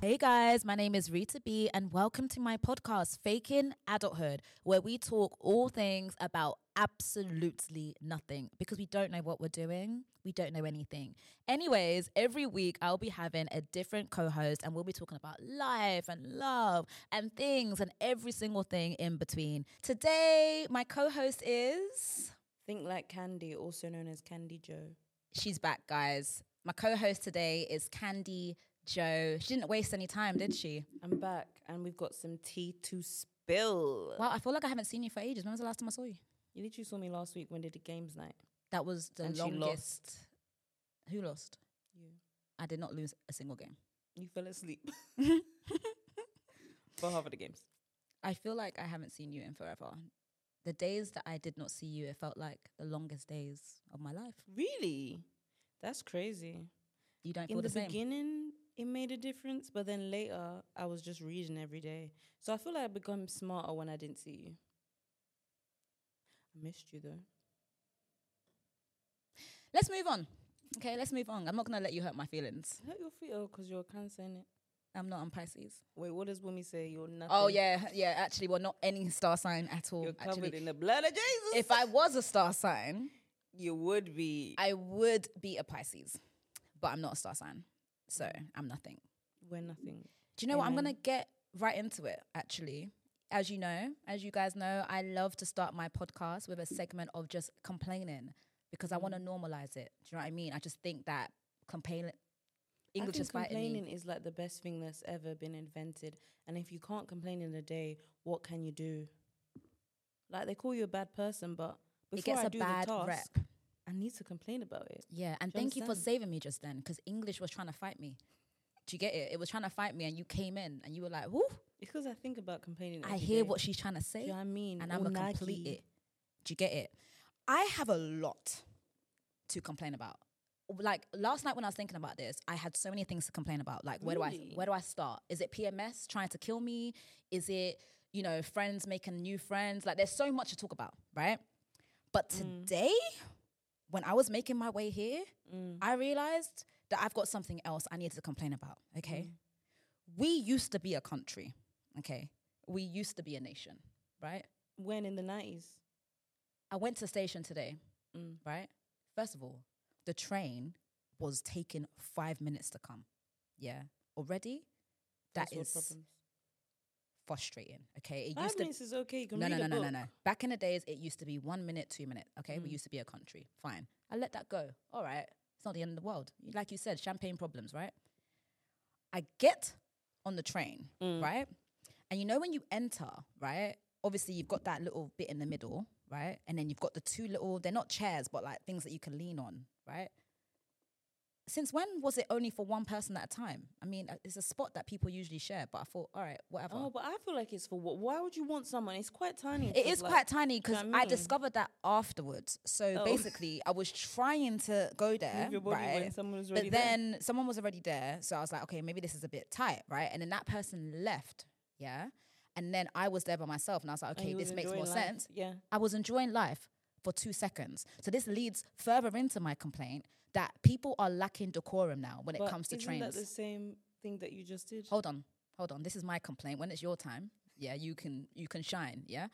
Hey guys, my name is Rita B, and welcome to my podcast, Faking Adulthood, where we talk all things about absolutely nothing because we don't know what we're doing. We don't know anything. Anyways, every week I'll be having a different co host, and we'll be talking about life and love and things and every single thing in between. Today, my co host is. Think like Candy, also known as Candy Joe. She's back, guys. My co host today is Candy Joe. She didn't waste any time, did she? I'm back and we've got some tea to spill. Wow, I feel like I haven't seen you for ages. When was the last time I saw you? You literally saw me last week when they did games night. That was the And she longest. Who lost? You. I did not lose a single game. You fell asleep. For half of the games. I feel like I haven't seen you in forever. The days that I did not see you, it felt like the longest days of my life. Really? That's crazy. You don't In feel the, the, same. beginning, it made a difference, but then later, I was just reading every day. So I feel like I become smarter when I didn't see you. I missed you though. Let's move on. Okay, let's move on. I'm not gonna let you hurt my feelings. Hurt your feet, oh, because you're a cancer, innit? I'm not on Pisces. Wait, what does Wumi say? You're nothing. Oh yeah, yeah. Actually, well, not any star sign at all. You're covered actually, in the blood of Jesus. if I was a star sign, you would be. I would be a Pisces, but I'm not a star sign, so I'm nothing. We're nothing. Do you know what? I'm going to get right into it, actually. As you know, as you guys know, I love to start my podcast with a segment of just complaining because I want to normalize it. Do you know what I mean? I just think that complaining, English I is think fighting me. complaining is like the best thing that's ever been invented. And if you can't complain in a day, what can you do? Like they call you a bad person, but before It gets I a do bad the task, rep. I need to complain about it. Yeah. And Do you thank you for understand? saving me just then because English was trying to fight me. Do you get it? It was trying to fight me, and you came in and you were like, whoo, Because I think about complaining. I every hear day. what she's trying to say. Do you know what I mean? And I'm a Unagi. complete it. Do you get it? I have a lot to complain about. Like last night when I was thinking about this, I had so many things to complain about. Like where do I Really? where do I start? Is it PMS trying to kill me? Is it, you know, friends making new friends? Like there's so much to talk about, right? But Mm. today, when I was making my way here, Mm. I realized that I've got something else I needed to complain about. Okay. Mm. We used to be a country. Okay. We used to be a nation, right? When in the nineties, Mm. I went to station today, right? First of all, the train was taking five minutes to come. Yeah. Already, that is problems. frustrating. Okay. It Five used to minutes is okay. You can no, read no, no, a no, no, book. Mm. no. Back in the days, it used to be one minute, two minute. Okay, we used to be a country. Fine, I let that go. All right, it's not the end of the world. Like you said, champagne problems, right? I get on the train, Mm. right? And you know when you enter, right? Obviously, you've got that little bit in the middle, right? And then you've got the two little, they're not chairs, but like things that you can lean on, right? Since when was it only for one person at a time? I mean, uh, it's a spot that people usually share, but I thought, all right, whatever. Oh, but I feel like it's for what? Why would you want someone? It's quite tiny. It 'cause, is like- quite tiny Do you because know what I I mean? discovered that afterwards. So Oh. basically, I was trying to go there, Move your body right? when someone was but already there. then someone was already there, so I was like, okay, maybe this is a bit tight, right? And then that person left, yeah. And then I was there by myself, and I was like, And okay, you was this makes more enjoying life. sense. Yeah. I was enjoying life for two seconds. So this leads further into my complaint that people are lacking decorum now when it But comes to isn't trains. that the same thing that you just did? hold on hold on this is my complaint when it's your time yeah you can you can shine yeah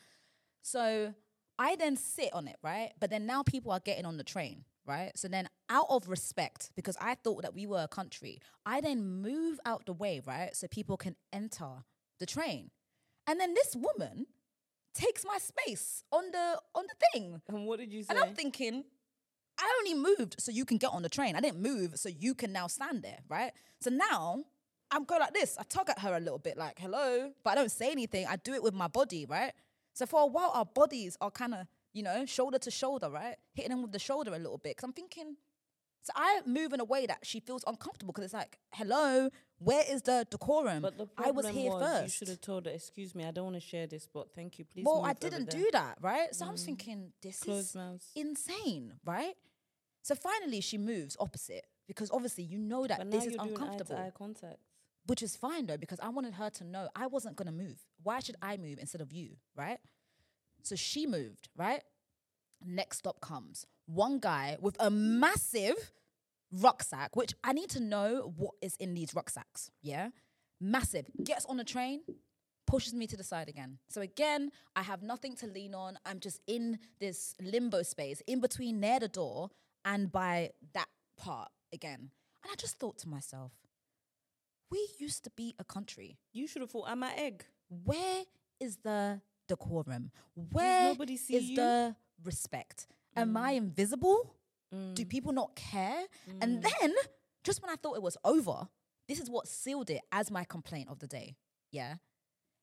so i then sit on it right but then now people are getting on the train right so then out of respect because i thought that we were a country i then move out the way right so people can enter the train and then this woman takes my space on the on the thing And what did you say? and I'm thinking, I only moved so you can get on the train. I didn't move so you can now stand there, right? So now I'm going like this. I tug at her a little bit, like, hello, but I don't say anything. I do it with my body, right? So for a while, our bodies are kind of, you know, shoulder to shoulder, right? Hitting them with the shoulder a little bit. Cause I'm thinking, so I move in a way that she feels uncomfortable because it's like, hello, where is the decorum? But the I problem was here was first. you should have told her, excuse me, I don't want to share this, but thank you, please. Well, move I over didn't there." Mm. do that, right? So I was thinking, this is Closed mouths. insane, right? So finally, she moves opposite because obviously you know that But now this is you're doing uncomfortable, Eye to eye contact. which is fine though because I wanted her to know I wasn't gonna move. Why should I move instead of you, right? So she moved, right? Next stop comes one guy with a massive rucksack, which I need to know what is in these rucksacks, yeah? massive, gets on the train, pushes me to the side again. So again, I have nothing to lean on. I'm just in this limbo space in between near the door and by that part again. And I just thought to myself, we used to be a country. You should have thought I'm an egg. Where is the decorum? Where nobody see is you? Mm. the respect? Am I invisible? Do people not care? Mm. And then, just when I thought it was over, this is what sealed it as my complaint of the day. Yeah.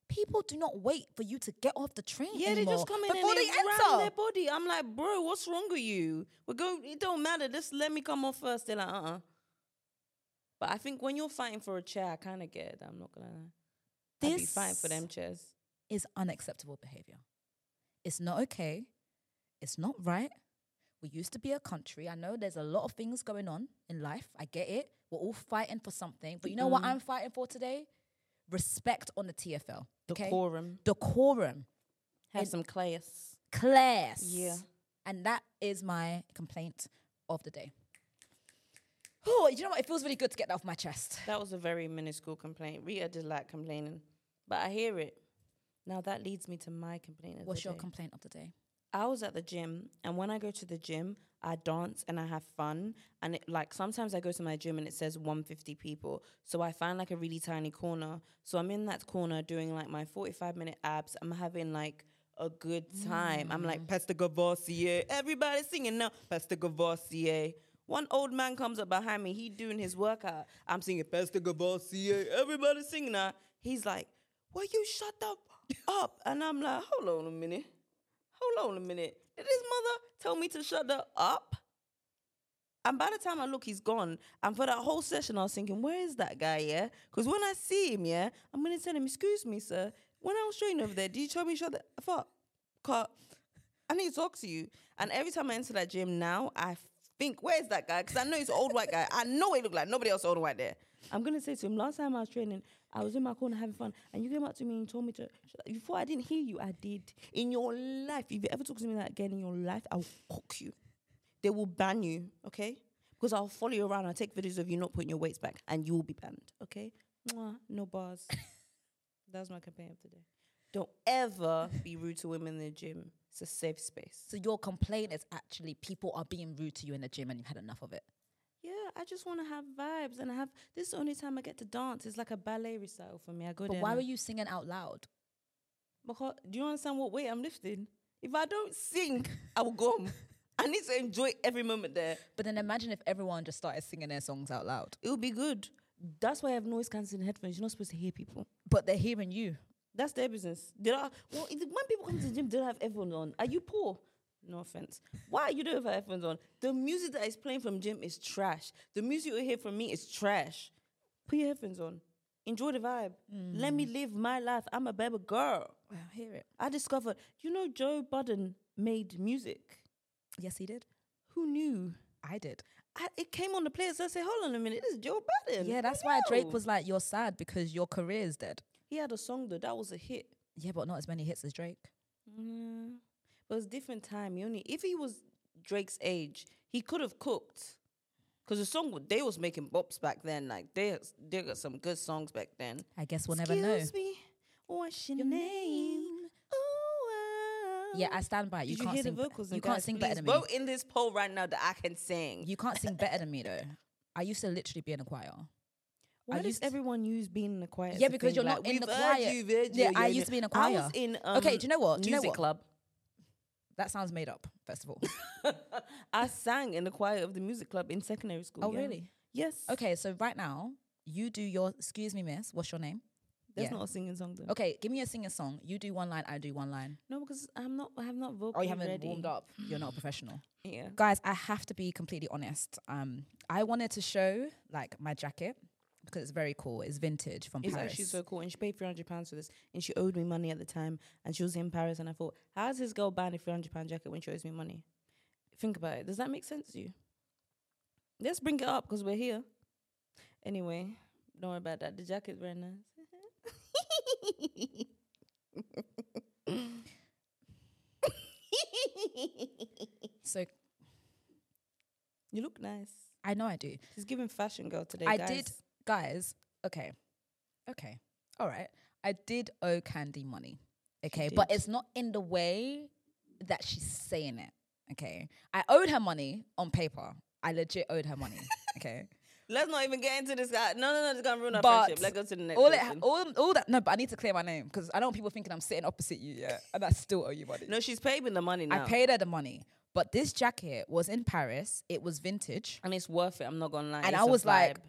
People do not wait for you to get off the train. Yeah, they anymore just come in before and they, they ram enter. their body. I'm like, bro, what's wrong with you? We're going. It don't matter. Just let me come on first. They're like, uh, uh But I think when you're fighting for a chair, I kind of get it. I'm not gonna. This I'd be fighting for This- them chairs. is unacceptable behavior. It's not okay. It's not right. We used to be a country. I know there's a lot of things going on in life. I get it. We're all fighting for something. But you know what Mm. I'm fighting for today? Respect on the TFL. Okay? Decorum. Decorum. Have And- some class. Class. Yeah. And that is my complaint of the day. Oh, you know what? It feels really good to get that off my chest. That was a very minuscule complaint. Rita did like complaining, but I hear it. Now that leads me to my complaint. Of What's the your day. complaint of the day? I was at the gym, and when I go to the gym, I dance and I have fun. And it, like sometimes I go to my gym and it says 150 people, so I find like a really tiny corner. So I'm in that corner doing like my 45 minute abs. I'm having like a good time. I'm like Pastor Gavossier, everybody singing now. Pastor Gavossier. One old man comes up behind me. He doing his workout. I'm singing Pastor Gavossier. Everybody singing now. He's like, "Will you shut up?" Up, and I'm like, "Hold on a minute." hold on a minute. Did his mother tell me to shut the up? And by the time I look, he's gone. And for that whole session, I was thinking, where is that guy, yeah? Because when I see him, yeah, I'm going to tell him, excuse me, sir. When I was training over there, did you tell me to shut the f up? Cut. I need to talk to you. And every time I enter that gym now, I think, where's that guy? Because I know he's an old white guy. I know he look like nobody else old white there. I'm going to say to him, last time I was training, I was in my corner having fun, and you came up to me and told me to. shut up." You thought I didn't hear you. I did. In your life, if you ever talk to me like again in your life, I'll cook you. They will ban you, okay? Because I'll follow you around. I'll take videos of you not putting your weights back, and you will be banned, okay? Mwah, no bars. That's my campaign of today. Don't ever be rude to women in the gym. It's a safe space. So your complaint is actually people are being rude to you in the gym and you've had enough of it. Yeah, I just want to have vibes, and I have. This is the only time I get to dance. It's like a ballet recital for me. I go But there. why and I- were you singing out loud? Because do you understand what weight I'm lifting? If I don't sing, I will go. home. I need to enjoy every moment there. But then imagine if everyone just started singing their songs out loud. It will be good. That's why I have noise cancelling headphones. You're not supposed to hear people. But they're hearing you. That's their business. They don't. Well, if- when people come to the gym, they don't have headphones on. Are you poor? No offense. Why you don't have headphones on? The music that is playing from gym is trash. The music you hear from me is trash. Put your headphones on. Enjoy the vibe. Let me live my life. I'm a baby girl. Wow, hear it. I discovered. You know, Joe Budden made music. Yes, he did. Who knew? I did. I, it came on the players. I said, hold on a minute, this is Joe Budden. Yeah, I that's why Drake know. was like, You're sad because your career is dead. He had a song though that was a hit. Yeah, but not as many hits as Drake. Mm-hmm. Mm. But it's different time. You only if he was Drake's age, he could have cooked. Cause the song wa- they was making bops back then. Like they they got some good songs back then. I guess we'll never know. Excuse me, what's your, Your name? name. Ooh, Yeah, ah. I stand by it. You Did you can't hear sing the be- vocals? You And can't guys, sing better please than me. Vote in this poll right now that I can sing. You can't sing better than me though. I used to literally be in a choir. Why does used to- everyone use being in the choir? as Yeah, a because thing? you're Like, not in the "We've heard choir." you, we've heard Yeah, you, I used to be in a I was choir. in um, Okay, do you know what? Do you know music what? club. That sounds made up, first of all. I sang in the choir of the music club in secondary school. oh yeah. really? Yes. Okay, so right now, you do your excuse me, miss, what's your name? That's yeah. not a singing song though. Okay, give me a singing song. You do one line, I do one line. No, because I'm not. I have not vocally Oh, you haven't ready. warmed up. You're not a professional. Yeah. Guys, I have to be completely honest. Um, I wanted to show like my jacket because it's very cool. It's vintage from It's Paris. actually so cool, and she paid three hundred pounds for this, and she owed me money at the time, and she was in Paris, and I thought, how's this girl buying a three hundred pound jacket when she owes me money? Think about it. Does that make sense to you? Let's bring it up because we're here. Anyway, don't worry about that. The jacket's very nice. So you look nice. I know I do. She's giving fashion girl today. I guys. did, guys. Okay, okay, all right. I did owe Candy money, okay, but did. it's not in the way that she's saying it, okay. I owed her money on paper. I legit owed her money, okay. Let's not even get into this guy. No, no, no, it's gonna ruin our But friendship. Let's go to the next all it, question. all, all that. No, but I need to clear my name because I don't want people thinking I'm sitting opposite you, yeah, and I still owe you money. no, she's paid with the money now. I paid her the money, but this jacket was in Paris. It was vintage. and it's worth it. I'm not gonna lie. And It's I a was like, vibe.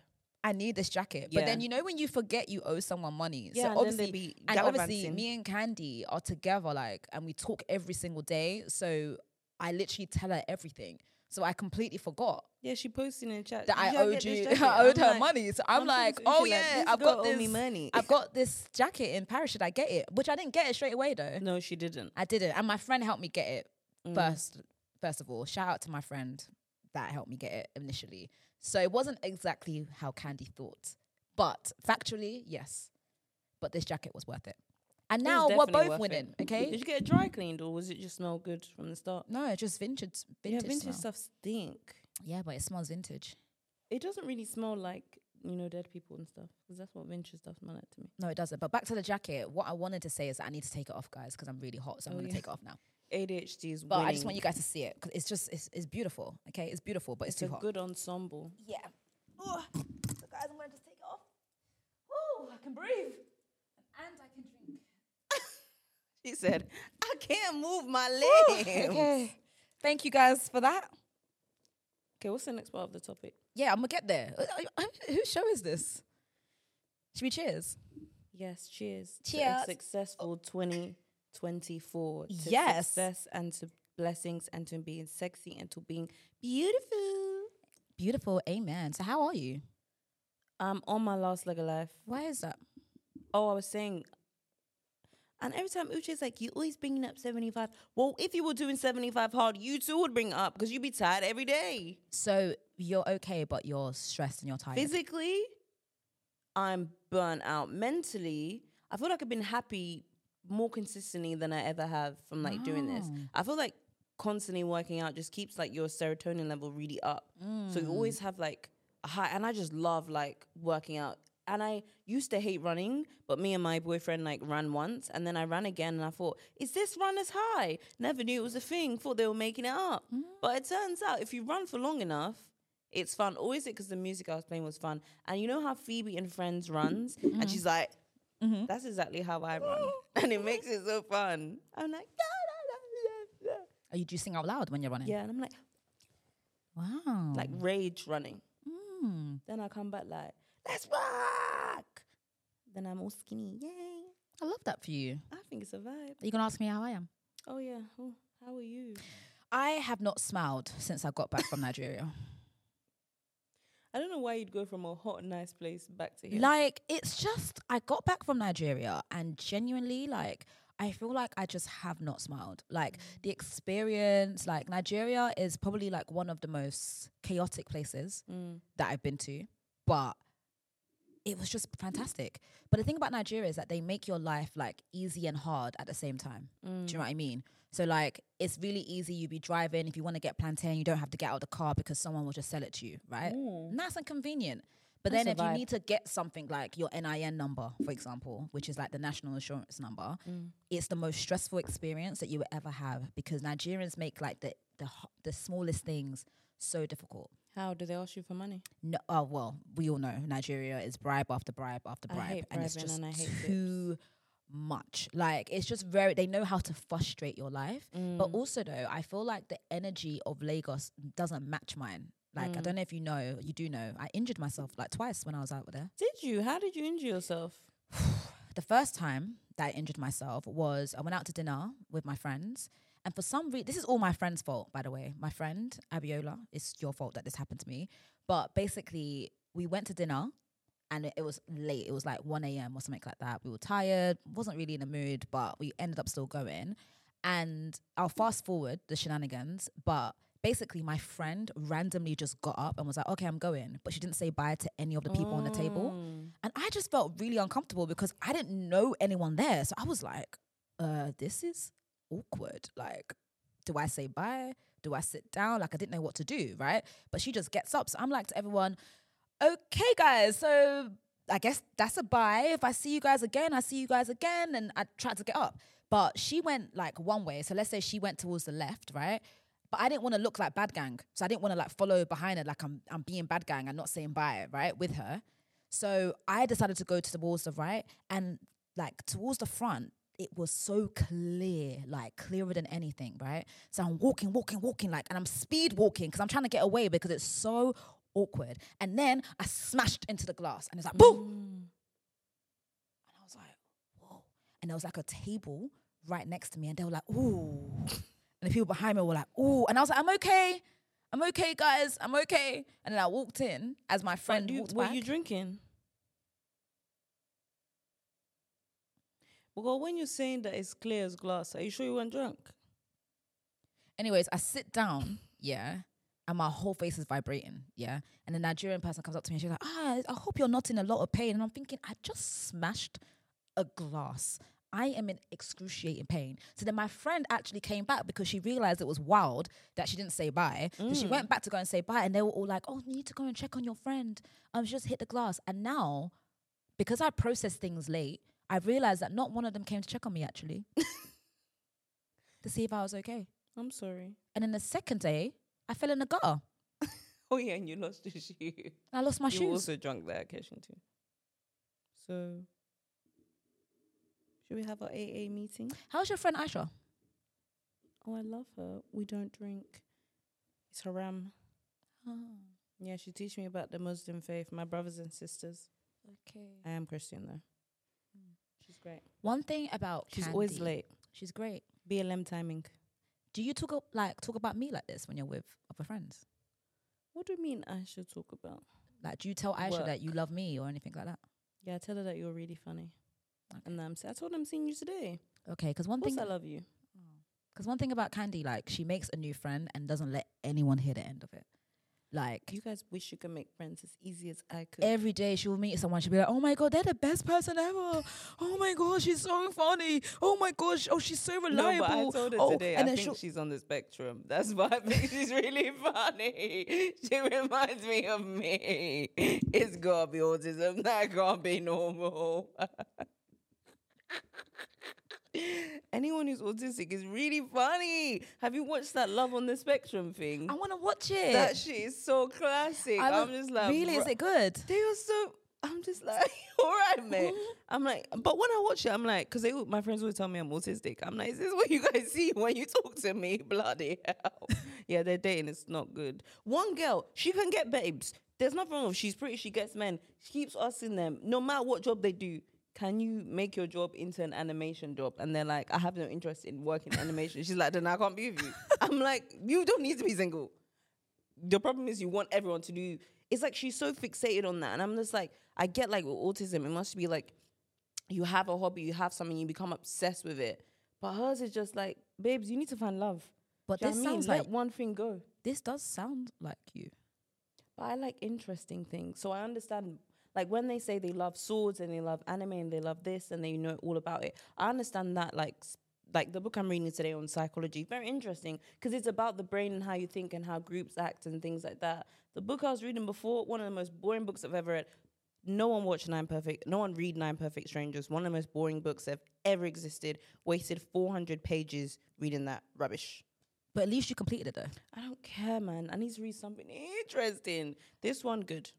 I need this jacket. But Yeah. then you know when you forget you owe someone money. Yeah, and so then they obviously, be and obviously gallivanting. me and Candy are together like and we talk every single day. So I literally tell her everything. So I completely forgot yeah, she posted in the chat that "Did I y'all owed get this you jacket?" I owed I'm her like, money. So I'm "Sometimes like, when oh she like, yeah, "This I've girl got owe this me money." I've got this jacket in Paris. Should I get it? Which I didn't get it straight away though. No, she didn't. I didn't. And my friend helped me get it Mm. first first of all shout out to my friend that helped me get it initially so it wasn't exactly how candy thought but factually yes but this jacket was worth it and It was now we're definitely both worth it. winning Did okay you get it dry cleaned or was it just smell good from the start? no it's just vintage Yeah, vintage, vintage smell. stuff stink. yeah but it smells vintage It doesn't really smell like you know dead people and stuff because that's what vintage stuff smell like to me. no it doesn't but back to the jacket what i wanted to say is that i need to take it off guys because i'm really hot so i'm Oh, going to yeah. take it off now ADHD is. but winning. i just want you guys to see it because it's just it's, it's beautiful okay it's beautiful but it's, It's too a hot good ensemble. Yeah. Oh, so guys, I'm gonna just take it off. Oh, I can breathe. And I can drink. She said, "I can't move my leg." okay. Thank you guys for that. Okay, what's the next part of the topic? Yeah, I'm gonna get there. Uh, uh, Whose show is this? Should we cheers? Yes, cheers. Cheers. To a successful 2024. To Yes. Success and to blessings and to being sexy and to being beautiful. Beautiful, amen. So how are you? I'm on my last leg of life. Why is that? Oh, I was saying. And every time Uche's like, you always bringing up 75. Well, if you were doing 75 hard, you too would bring it up because you'd be tired every day. So you're okay, but you're stressed and you're tired. Physically, I'm burnt out. Mentally, I feel like I've been happy more consistently than I ever have from like doing this. Wow. I feel like constantly working out just keeps like your serotonin level really up. So Mm. you always have like a high and I just love like working out. And I used to hate running, but me and my boyfriend like ran once and then I ran again and I thought, is this run as high? Never knew it was a thing, thought they were making it up. Mm. But it turns out if you run for long enough, it's fun. Always because the music I was playing was fun. And you know how Phoebe and Friends runs? Mm-hmm. And she's like, that's exactly how I run. and it makes it so fun. I'm like, "Da, da, da, da, da." Are you do you sing out loud when you're running? yeah. And I'm like, Wow. like rage running. Mm, Then I come back like, let's rock. Then I'm all skinny. Yay. I love that for you. I think it's a vibe. Are you gonna ask me how I am? Oh, yeah. Oh, how are you? I have not smiled since I got back from Nigeria. I don't know why you'd go from a hot, nice place back to here. Like it's just I got back from Nigeria and genuinely like I feel like I just have not smiled. Like the experience, like Nigeria is probably like one of the most chaotic places Mm. that I've been to, but it was just fantastic. But the thing about Nigeria is that they make your life like easy and hard at the same time. Do Mm. you know what I mean? So like it's really easy. You be driving. If you want to get plantain, you don't have to get out of the car because someone will just sell it to you, right? Nice and convenient. But Mm. That's then if a you vibe. need to get something like your NIN number, for example, which is like the national insurance number, Mm. it's the most stressful experience that you will ever have because Nigerians make like the the, ho- the smallest things so difficult. How do they ask you for money? No, oh well, we all know Nigeria is bribe after bribe after I bribe, hate and it's bribing just and I hate tips. too much. Like it's just very. They know how to frustrate your life, Mm. but also though, I feel like the energy of Lagos doesn't match mine. Like Mm. I don't know if you know, you do know. I injured myself like twice when I was out there. Did you? How did you injure yourself? The first time that I injured myself was I went out to dinner with my friends. And for some reason, this is all my friend's fault, by the way. My friend, Abiola, it's your fault that this happened to me. But basically, we went to dinner and it- it was late. It was like 1 a.m. or something like that. We were tired, wasn't really in the mood, but we ended up still going. And I'll fast forward the shenanigans, but basically, my friend randomly just got up and was like, okay, I'm going. But she didn't say bye to any of the people on the Oh. table. Mm. And I just felt really uncomfortable because I didn't know anyone there. So I was like, uh, this is awkward. Like, do I say bye? Do I sit down? Like, I didn't know what to do, right? But she just gets up. So I'm like to everyone, okay, guys, so I guess that's a buy. If I see you guys again, I see you guys again. And I tried to get up. But she went like one way. So let's say she went towards the left, right? But I didn't want to look like bad gang. So I didn't want to like follow behind her like I'm I'm being bad gang and not saying bye, right? With her. So I decided to go to towards the right and like towards the front, it was so clear, like clearer than anything, right? So I'm walking, walking, walking, like, and I'm speed walking because I'm trying to get away because it's so awkward. And then I smashed into the glass and it's like, boom. Mm. And I was like, whoa. And there was like a table right next to me and they were like, ooh. And the people behind me were like, ooh. And I was like, I'm okay. I'm okay, guys. I'm okay. And then I walked in as my But friend you- walked were back. you drinking? Well, when you're saying that it's clear as glass, are you sure you weren't drunk? Anyways, I sit down, yeah, and my whole face is vibrating, yeah. And the Nigerian person comes up to me and she's like, ah, I hope you're not in a lot of pain. And I'm thinking, I just smashed a glass. I am in excruciating pain. So then my friend actually came back because she realized it was wild that she didn't say bye. So she went back to go and say bye, and they were all like, "Oh, you need to go and check on your friend. Um, she just hit the glass." And now, because I process things late, I realized that not one of them came to check on me actually to see if I was okay. I'm sorry. And then the second day, I fell in the gutter. Oh yeah, and you lost your shoe. you And I lost my were shoes. also drunk that occasion too. So, should we have our AA meeting? How's your friend Aisha? Oh, I love her. We don't drink. It's haram. Yeah, she teach me about the Muslim faith. My brothers and sisters. okay. I am Christian though. She's great. One thing about She's always Candy, late. She's great. BLM timing. Do you talk a- like talk about me like this when you're with other friends? What do you mean I should talk about? Like, do you tell Aisha that you Work. love me or anything like that? Yeah, I tell her that you're really funny. Okay. And I'm, s- I told her I'm seeing you today. Okay, because one Of course thing, I love you. because one thing about Candy, like she makes a new friend and doesn't let anyone hear the end of it. Like You guys wish you could make friends as easy as I could. every day she'll meet someone, she'll be like, "Oh my god, they're the best person ever! Oh my god, she's so funny! Oh my gosh, oh she's so reliable!" No, but I told her oh, today. and I then think she'll- she's on the spectrum. That's why I think she's really funny. She reminds me of me. It's gotta be autism. That can't be normal. Anyone who's autistic is really funny. Have you watched that Love on the Spectrum thing? I want to watch it. That shit is so classic. I I'm was- just like, really, is "Bruh." it good? they are so. I'm just like, all right, man. I'm like, but when I watch it, I'm like, because my friends always tell me I'm autistic. I'm like, is this what you guys see when you talk to me? Bloody hell. yeah, their dating is not good. One girl, she can get babes. There's nothing wrong with she's pretty, she gets men. She keeps asking them, no matter what job they do, can you make your job into an animation job? And they're like, I have no interest in working animation. She's like, then I can't be with you. I'm like, you don't need to be single the problem is you want everyone to do it's like she's so fixated on that and i'm just like i get like with autism it must be like you have a hobby you have something you become obsessed with it but hers is just like babes you need to find love But Do you know this what I mean? sounds let like one thing go this does sound like you. but i like interesting things so i understand like when they say they love swords and they love anime and they love this and they know all about it i understand that like s- like the book i'm reading today on psychology very interesting because it's about the brain and how you think and how groups act and things like that the book i was reading before one of the most boring books i've ever read no one watched Nine Perfect. No one read Nine Perfect Strangers. One of the most boring books that have ever existed. Wasted 400 pages reading that rubbish. But at least you completed it though. I don't care, man. I need to read something interesting. This one good.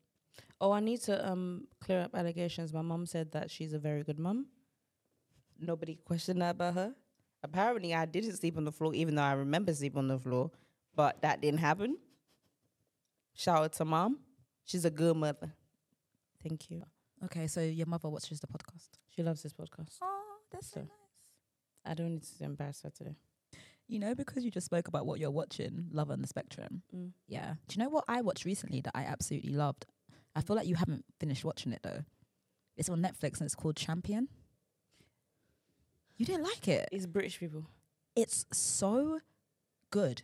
Oh, I need to um clear up allegations. My mum said that she's a very good mum. Nobody questioned that about her. Apparently, I didn't sleep on the floor, even though I remember sleeping on the floor, but that didn't happen. Shout out to mom. She's a good mother. Thank you. Okay, so your mother watches the podcast. She loves this podcast. Oh, that's so So- I don't need to embarrass her today. You know, because you just spoke about what you're watching, Love on the Spectrum. Mm. Yeah. Do you know what I watched recently that I absolutely loved? I feel like you haven't finished watching it though. It's on Netflix and it's called Champion. You didn't like it. It's British people. It's so good.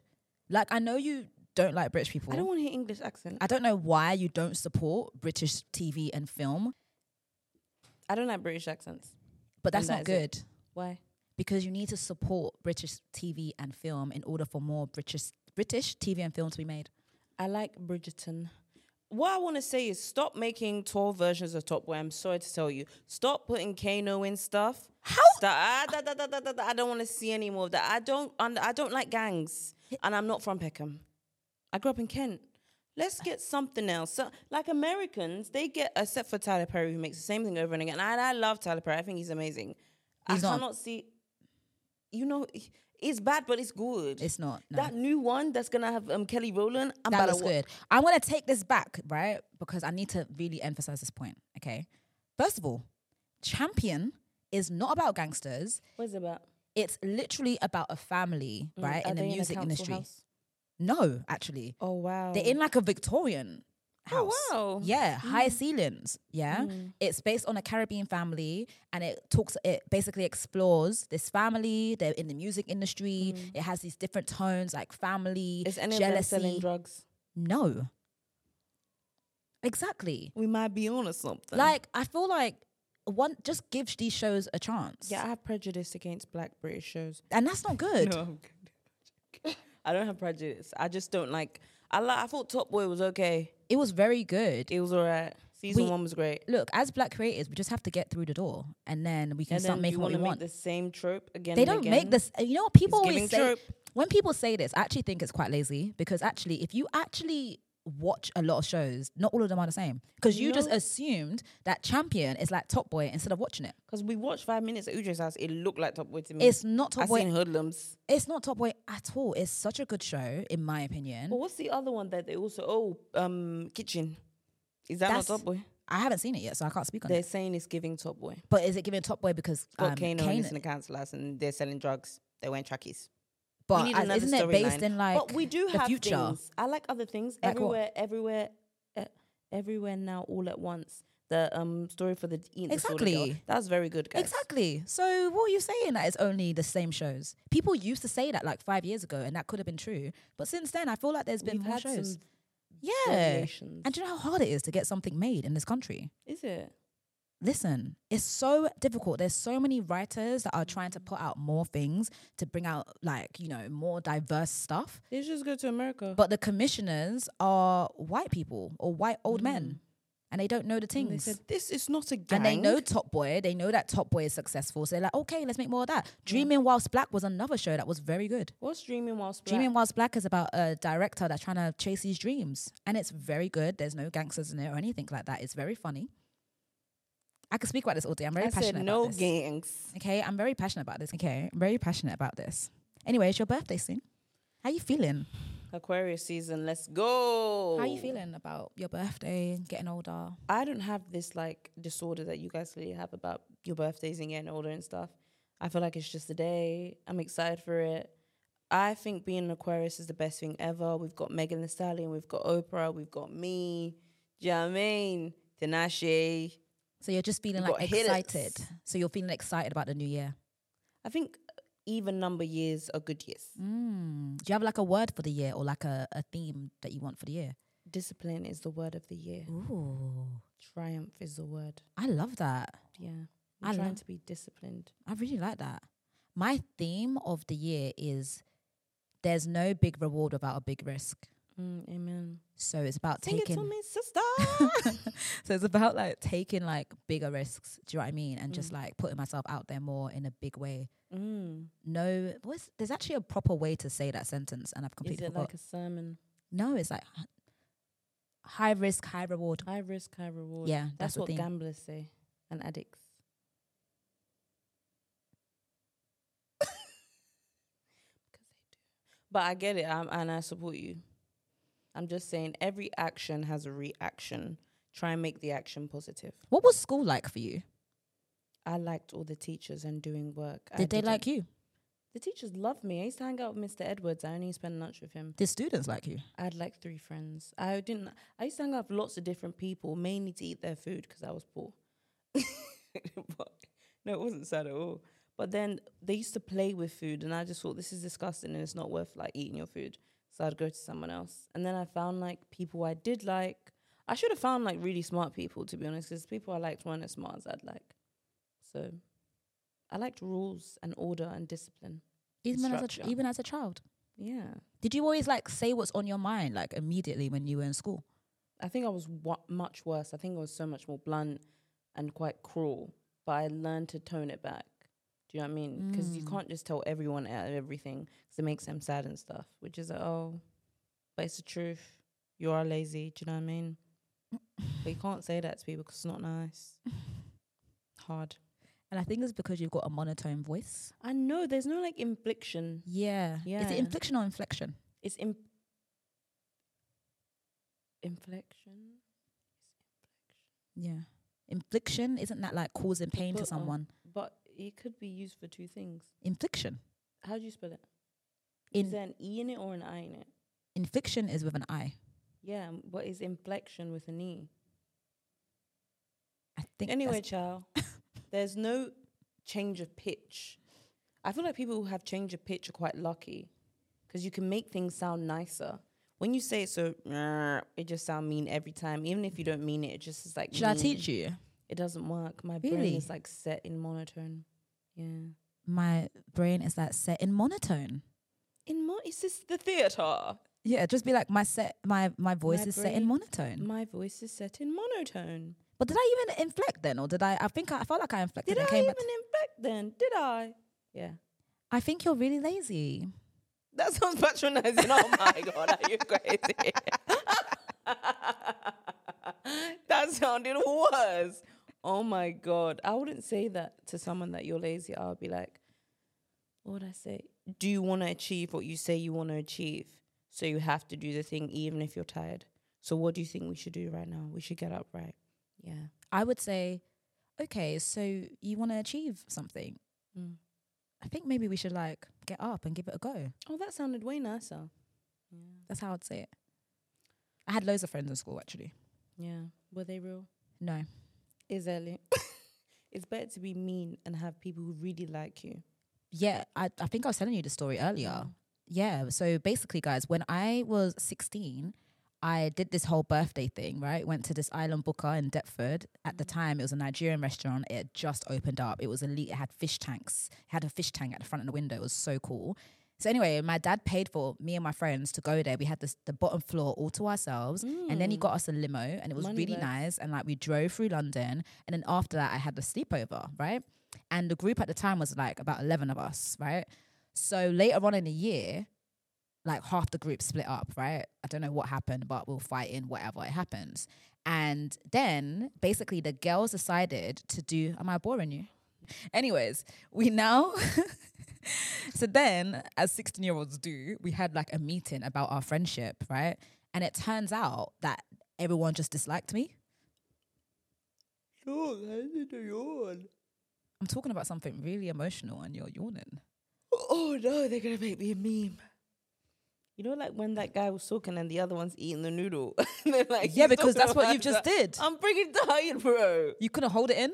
Like I know you don't like British people. I don't want to hear English accent. I don't know why you don't support British TV and film, I don't like British accents. but that's And not that is it. good Why? because you need to support British TV and film in order for more British British TV and film to be made. I like Bridgerton. what I want to say is stop making tall versions of Top Boy. I'm sorry to tell you. Stop putting Kano in stuff. How? Oh! I, da, da, da, da, da, da. I don't want to see any more of that. I don't. und- I don't like gangs, and I'm not from Peckham. I grew up in Kent. Let's get something else. So, like Americans, they get except for Tyler Perry, who makes the same thing over and again. And I love Tyler Perry. I think he's amazing. He's I not. cannot see. You know, it's bad, but it's good. It's not. No. that new one that's gonna have um, Kelly Rowland. I'm that about was to wa- good. I'm gonna take this back, right? Because I need to really emphasize this point. Okay. First of all, champion is not about gangsters. What's it about? It's literally about a family, right? Mm, Are in the they a music council industry. house? No, actually. Oh wow. They're in like a Victorian Oh, house. wow. Mm. Yeah, high ceilings. Yeah. It's based on a Caribbean family and it talks it basically explores this family. They're in the music industry. It has these different tones like family, Mm. Is any jealousy. of them selling drugs? no. Exactly. We might be on or something. Like I feel like one just gives these shows a chance. yeah, I have prejudice against black British shows. And that's not good. No, I'm good. I don't have prejudice. I just don't like. I li- I thought Top Boy was okay. It was very good. It was alright. Season We- one was great. Look, as black creators, we just have to get through the door and then we can And start then making you what want we to make want. the same trope again. they and don't again? make this you know what people It's always giving say trope. when people say this i actually think it's quite lazy because actually if you actually watch a lot of shows not all of them are the same because you, You just know- assumed that champion is like top boy instead of watching it Because we watched five minutes at Udra's house. It looked like Top Boy to me. it's not top I boy Mm. Mm. seen hoodlums. it's not top boy at all it's such a good show in my opinion But what's the other one that they also? Oh, um, Kitchen. Is that That's- not Top Boy? i haven't seen it yet so i can't speak on They're it saying it's giving Top Boy. but is it giving top boy because Got um, Kano, and Kano- it's in the council house, and they're selling drugs. They weren't trackies. We but need as- another isn't it based storyline. in like but we do the have future things. I like other things Like what? everywhere, everywhere, uh, everywhere now, all at once. The um story for the eating Exactly. that was very good, guys. Exactly. So what are you saying that it's only the same shows? People used to say that like five years ago, and that could have been true. But since then, I feel like there's been We've more had shows. some yeah. variations. And do you know how hard it is to get something made in this country? Is it? Listen, it's so difficult. There's so many writers that are trying to put out more things to bring out like you know more diverse stuff. They should just go to America. But the commissioners are white people or white old men, and they don't know the Mm. And they things. said this is not a gang. And they know Top Boy. They know that Top Boy is successful. So they're like, okay, let's make more of that. Mm. Dreaming Whilst Black was another show that was very good. what's dreaming whilst black. Dreaming Whilst Black is about a director that's trying to chase his dreams. And it's very good. There's no gangsters in it or anything like that. It's very funny. I could speak about this all day. I'm very I passionate said no about this. gangs. Okay, I'm very passionate about this. Okay, I'm very passionate about this. Anyway, it's your birthday soon. How you feeling? Aquarius season. Let's go. How Oh. you feeling about your birthday, getting older? I don't have this like disorder that you guys really have about your birthdays and getting older and stuff. I feel like it's just a day. I'm excited for it. I think being an Aquarius is the best thing ever. We've got Megan Thee Stallion, we've got Oprah, we've got me, do you know what I mean? Tinashe. So you're just feeling You like got hit us. excited. So you're feeling excited about the new year. I think even number years are good years. Mm. Do you have like a word for the year or like a, a theme that you want for the year? Discipline is the word of the year. Ooh, Triumph is the word. I love that. Yeah. I I'm trying love- to be disciplined. I really like that. My theme of the year is there's no big reward without a big risk. Mm, amen. So it's about Sing it to taking. me, sister. so it's about like taking like bigger risks. Do you know what I mean? And just like putting myself out there more in a big way. mm. No, what's, there's actually a proper way to say that sentence, and I've Is completely it forgot. like a sermon? no, it's like h- high risk, high reward. High risk, high reward. Yeah, that's that's, the what thing. gamblers say and addicts. but I get it, i and I support you. I'm just saying, every action has a reaction. Try and make the action positive. What was school like for you? I liked all the teachers and doing work. I Did they didn't- like you? The teachers loved me. I used to hang out with Mr. Edwards. I only spent lunch with him. Did students like you? I had like three friends. I didn't. I used to hang out with lots of different people, mainly to eat their food because I was poor. but, no, it wasn't sad at all. But then they used to play with food, and I just thought this is disgusting and it's not worth like eating your food. So I'd go to someone else, and then I found like people I did like. I should have found like really smart people to be honest, because people I liked weren't as smart as I'd like. So I liked rules and order and discipline. Even as a ch- Structure. even as a child, Yeah. did you always like say what's on your mind like immediately when you were in school? I think I was wa- much worse. I think I was so much more blunt and quite cruel, but I learned to tone it back. Do you know what I mean? Because you Mm. can't just tell everyone e- everything 'cause it makes them sad and stuff, which is like, oh, but it's the truth. You are lazy. Do you know what I mean? but you can't say that to people 'cause it's not nice. Hard. And I think it's because you've got a monotone voice. I know there's no like infliction. Yeah. Is Yeah. it infliction or inflection? It's in inflection. Yeah. Infliction isn't that like causing pain to put on- someone? But it could be used for two things. Infliction. How do you spell it? Is In there an E in it or an I in it? infliction is with an I. Yeah, m- what is inflection with an E? I think. Anyway, that's- child, there's no change of pitch. I feel like people who have change of pitch are quite lucky because you can make things sound nicer. When you say it so, it just sound mean every time. Even if you don't mean it, it just is like. should I mean. teach you? It doesn't work. My brain Really? is like set in monotone. Yeah. My brain is like set in monotone. In mo- is this the theater? Yeah, just be like my set. My my voice My is set in brain- monotone. My voice is set in monotone. But did I even inflect then, or did I? I think I, I felt like I inflected. Did and I came even back to- inflect then? Did I? Yeah. I think you're really lazy. That sounds patronizing. Oh my god, are you crazy? that sounded worse. Oh my god. I wouldn't say that to someone that you're lazy. I would be like, what would I say? Do you want to achieve what you say you want to achieve? So you have to do the thing even if you're tired. So what do you think we should do right now? We should get up, right? Yeah. I would say, okay, so you want to achieve something. Mm. I think maybe we should like get up and give it a go. Oh, that sounded way nicer. That's how I'd say it. I had loads of friends in school actually. Yeah. Were they real? No, Exactly. it's better to be mean and have people who really like you. yeah, I I think I was telling you the story earlier. Yeah, so basically, guys, when I was sixteen, I did this whole birthday thing. Right, went to this island booker in Deptford. At the time, it was a Nigerian restaurant. It had just opened up. It was elite. It had fish tanks. It had a fish tank at the front of the window. It was so cool. So anyway, my dad paid for me and my friends to go there. We had this, the bottom floor all to ourselves, and Mm. then he Hmm. got us a limo, and it was Money really nice. bags. And like we drove through London, and then after that, I had the sleepover, right? And the group at the time was like about eleven of us, right? So later on in the year, like half the group split up, right? I don't know what happened, but we'll fight in whatever it happens. And then basically the girls decided to do. Am I boring you? Anyways, we now. so then, as 16 year olds do, we had like a meeting about our friendship, right? And it turns out that everyone just disliked me. Look, I did a yawn. I'm talking about something really emotional and you're yawning. Oh no, they're gonna make me a meme. You know, like when that guy was talking and the other one's eating the noodle. and they're like, yeah, "He's because talking that's what about you've just that." did. I'm freaking tired, bro. You couldn't hold it in?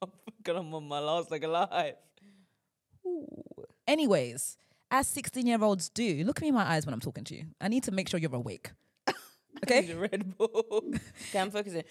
I'm freaking I'm on my last like alive. Ooh. Anyways, as 16 year olds do, look at me in my eyes when I'm talking to you. I need to make sure you're awake. I Okay? need a Red Bull. okay, I'm focusing.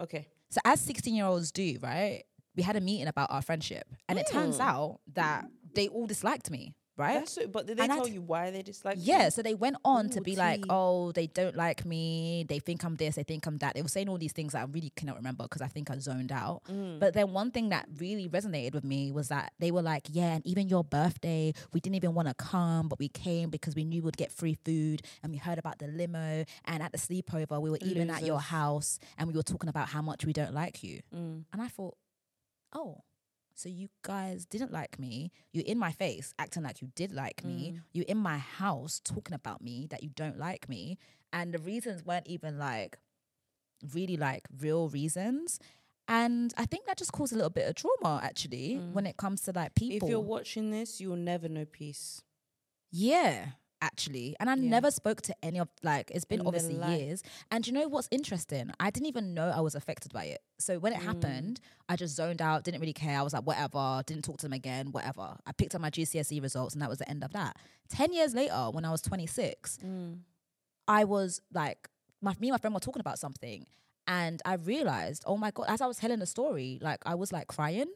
okay. So as 16 year olds do, right? We had a meeting about our friendship. And it turns Mm. out that they all disliked me, right? That's so, but did they And I tell d- you why they dislike you? Yeah, so they went on to Ooh, be like, tea. oh, they don't like me. They think I'm this. They think I'm that. They were saying all these things that I really cannot remember because I think I zoned out. Mm. But then one thing that really resonated with me was that they were like, yeah, and even your birthday, we didn't even want to come, but we came because we knew we'd get free food and we heard about the limo. And at the sleepover, we were even at your Losers. house and we were talking about how much we don't like you. Hmm. And I thought, oh, so you guys didn't like me. You're in my face acting like you did like Mm. me. You're in my house talking about me that you don't like me. And the reasons weren't even like really like real reasons. And I think that just caused a little bit of trauma actually when it comes to like people. Mm. If you're watching this, you'll never know peace. Yeah, actually. And I Yeah. never spoke to any of like it's been In their obviously life. years. And you know what's interesting? I didn't even know I was affected by it. So when it Mm. happened, I just zoned out, didn't really care. I was like, whatever, didn't talk to them again, whatever. I picked up my GCSE E results and that was the end of that. Ten years later, when I was twenty six, I was like, my, me and my friend were talking about something, and I realized, oh my god, as I was telling the story, like I was like crying,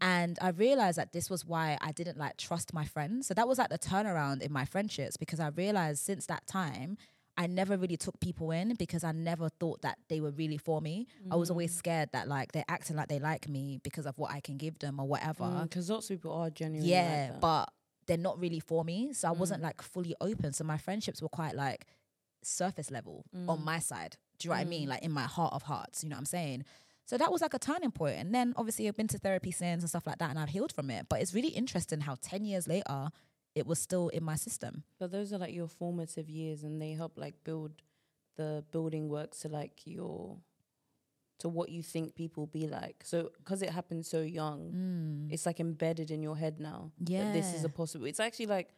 and I realized that this was why I didn't like trust my friends. So that was like the turnaround in my friendships because I realized since that time. I never really took people in because I never thought that they were really for me. I was always scared that like they're acting like they like me because of what I can give them or whatever. Because lots of people are genuinely. Mm. like yeah, that. Mm. but they're not really for me. So I wasn't like fully open. So my friendships were quite like surface level Mm. on my side. Do you know what I mean? Like in my heart of hearts, you know what I'm saying? So that was like a turning point. And then obviously I've been to therapy since and stuff like that and I've healed from it. But it's really interesting how 10 years later, it was still in my system. But those are like your formative years, and they help like build the building work to like your to what you think people be like. So because it happened so young, it's like embedded in your head now. that Mm. uh, this is Mm. Yeah. a possible. It's actually like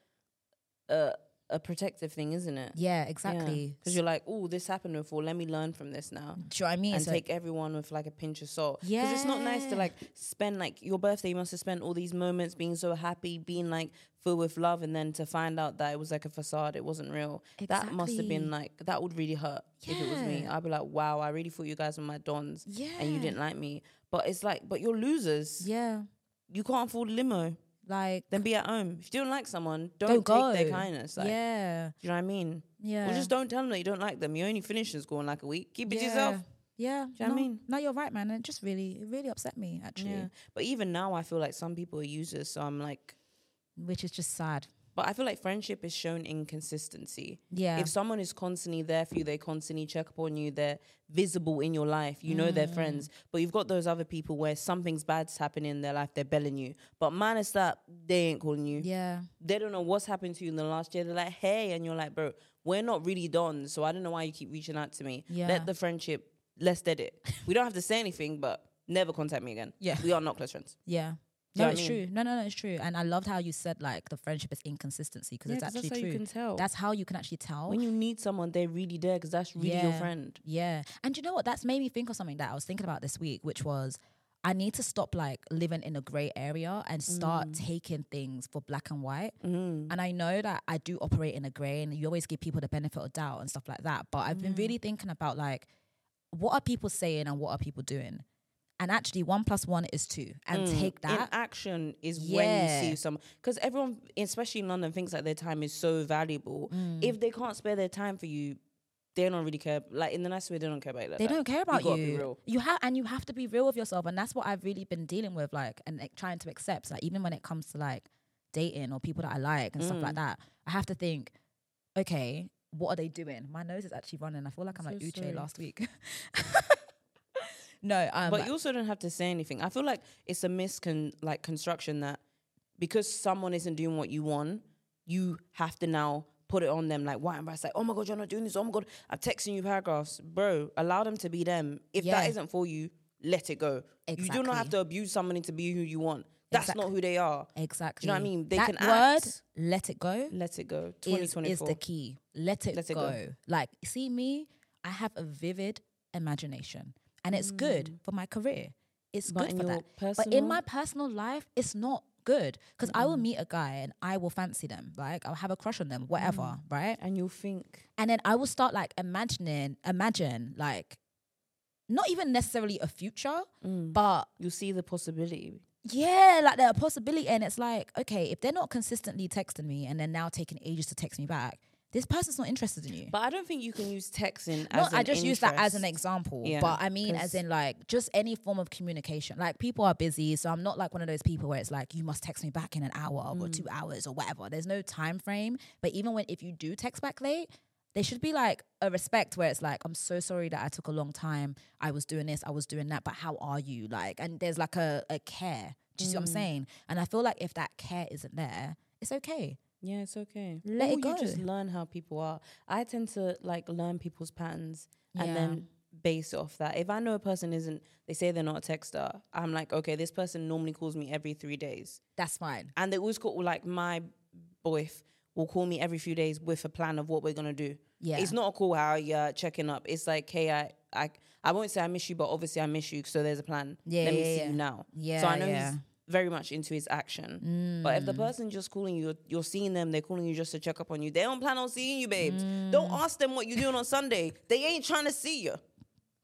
a a protective thing, isn't it? Yeah, exactly. Because you're like, oh, this happened before. Let me learn from this now. Do you know what I mean? And So- take everyone with like a pinch of salt. Because it's not nice to Yeah. like spend like your birthday, you must have spent all these moments being so happy, being like filled with love, and then to find out that it was like a facade, it wasn't real. That must have been Exactly. like, that would really hurt if it was me. Yeah. I'd be like, wow, I really thought you guys were my dons yeah. and you didn't like me. But it's like, but you're losers. Yeah. You can't afford limo. Like, Then be at home. If you don't like someone, don't, don't, go. take their kindness. Like, yeah. do you know what I mean? Yeah. Or just don't tell them that you don't like them. You only finish in school in like a week. Keep it to yourself. Yeah. you know what I no, mean? No, you're right, man. It just really, it really upset me, actually, Yeah. But even now, I feel like some people are users. So I'm like, which is just sad. but I feel like friendship is shown inconsistency. Yeah. If someone is constantly there for you, they constantly check up on you, they're visible in your life, you know Mm. they're friends. But you've got those other people where something's bad's happening in their life, they're belling you. But minus that, they ain't calling you. yeah. They don't know what's happened to you in the last year. They're like, hey. And you're like, bro, we're not really done. So I don't know why you keep reaching out to me. Yeah. Let the friendship, let's dead it. we don't have to say anything, but never contact me again. Yeah. We are not close friends. Yeah. Do No, you know what it's I true. No, no, no, it's true. And I loved how you said like the friendship is inconsistency because it's actually true. tell. that's how you can actually tell. when you need someone, they're really there because that's really your Yeah. friend. yeah. And you know what? That's made me think of something that I was thinking about this week, which was I need to stop like living in a gray area and start Mm. taking things for black and white. Mm-hmm. And I know that I do operate in a gray and you always give people the benefit of doubt and stuff like that. But I've been Mm. really thinking about like, what are people saying and what are people doing? And actually, one plus one is two. And take Mm. In that. action is when you Yeah. see someone because everyone, especially in London, thinks that their time is so valuable. Mm. If they can't spare their time for you, they don't really care. Like in the nice way, they don't care about you. like they that. don't care about you. gotta be real. You have, and you have to be real with yourself, and that's what I've really been dealing with, like, and like, trying to accept, like, even when it comes to like dating or people that I like and stuff like Mm. that, I have to think, okay, what are they doing? My nose is actually running. I feel like I'm So like Uche sorry. last week. no, um, but you also don't have to say anything. I feel like it's a miscon like construction that because someone isn't doing what you want, you have to now put it on them. Like why am I like, oh my god, you're not doing this. Oh my god, I'm texting you paragraphs, bro. Allow them to be them. If Yeah. that isn't for you, let it go. You do not have Exactly. to abuse somebody to be who you want. That's Exact- not who they are. exactly. I mean? They that can word, act. let it go. Let it go. is, 2024. is the key. Let it, Let it go. go. Like, see me, I have a vivid imagination, and it's good for my career. It's Mm. But good in for your that. But in my personal- personal life, it's not good because I will meet a guy and I will fancy them. Like, I'll have a crush on them, whatever, Mm. right? and you'll think. And then I will start like imagining, imagine like, not even necessarily a future, but mm, You'll see the possibility. yeah, like there's a possibility, and it's like, okay, if they're not consistently texting me and they're now taking ages to text me back, this person's not interested in you. But I don't think you can use texting No, as an I just use that as an interest. example. Yeah, but I mean, as 'cause- in like just any form of communication. Like people are busy, so I'm not like one of those people where it's like you must text me back in an hour Mm. or two hours or whatever. There's no time frame. But even when if you do text back late, there should be like a respect where it's like I'm so sorry that I took a long time. I was doing this, I was doing that, but how are you? Like, and there's like a, a care. Do you see what I'm Mm. saying? And I feel like if that care isn't there, it's okay. Yeah, it's okay. Let or it You just go. learn how people are. I tend to like learn people's patterns and Yeah. then base it off that. If I know a person isn't, they say they're not a texter. I'm like, okay, this person normally calls me every three days, That's fine. and they always call like my boyf will call me every few days with a plan of what we're gonna do. Yeah. It's not a call how you're checking up. It's like, hey, I, I, I won't say I miss you, but obviously I miss you. So there's a plan. Yeah, Let me yeah, see yeah. you now. Yeah. so I know yeah. he's very much into his action. But if Mm. the person just calling you, you're, you're seeing them, they're calling you just to check up on you. They don't plan on seeing you, babes. Mm. Don't ask them what you're doing on Sunday. They ain't trying to see you.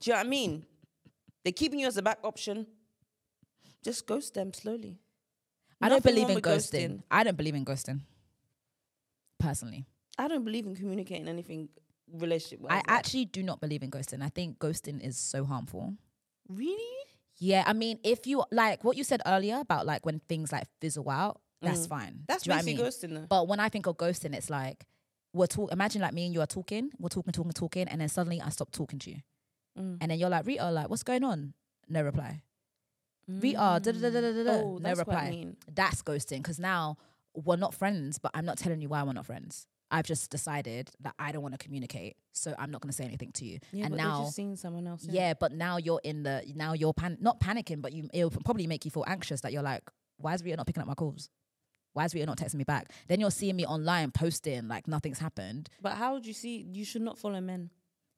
Do you know what I mean? They're keeping you as a back option. Just ghost them slowly. I don't Nothing believe wrong in with ghosting. I don't believe in ghosting. Personally. I don't believe in communicating anything relationship. I wise, like- actually do not believe in ghosting. I think ghosting is so harmful. really Yeah, I mean, if you like what you said earlier about like when things like fizzle out, that's Mm. fine. that's Do you know what I basically mean? ghosting though. But when I think of ghosting, it's like we're talk. Imagine like me and you are talking, we're talking, talking, talking, and then suddenly I stop talking to you, Mm. and then you're like, Rita, like what's going on? No reply. We are da- da- da- da- da- da. Mm. No Oh, that's what I reply. mean. That's ghosting because now we're not friends, but I'm not telling you why we're not friends. I've just decided that I don't want to communicate, so I'm not going to say anything to you. Yeah, and but now they're just seeing someone else. yeah, but now you're in the now you're pan- not panicking, but you it'll probably make you feel anxious that you're like, why is Rita not picking up my calls? Why is Rita not texting me back? Then you're seeing me online posting like nothing's happened. But how would you see? You should not follow men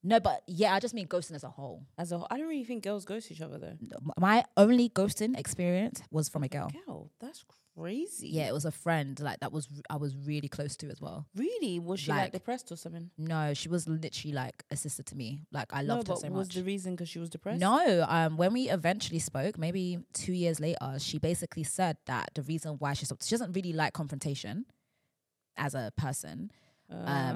No, but yeah, I just mean ghosting as a whole. as a whole. I don't really think girls ghost each other though. M- My only ghosting experience was from a girl. Girl, that's crazy. Yeah, it was a friend like that was I was really close to as well. Really? Was she like, Like- depressed or something? No, she was literally like a sister to me. Like I loved no, her but so was much. the reason because she was depressed? No, um, when we eventually spoke, maybe two years later, she basically said that the reason why she stopped, she doesn't really like confrontation as a person, Uh,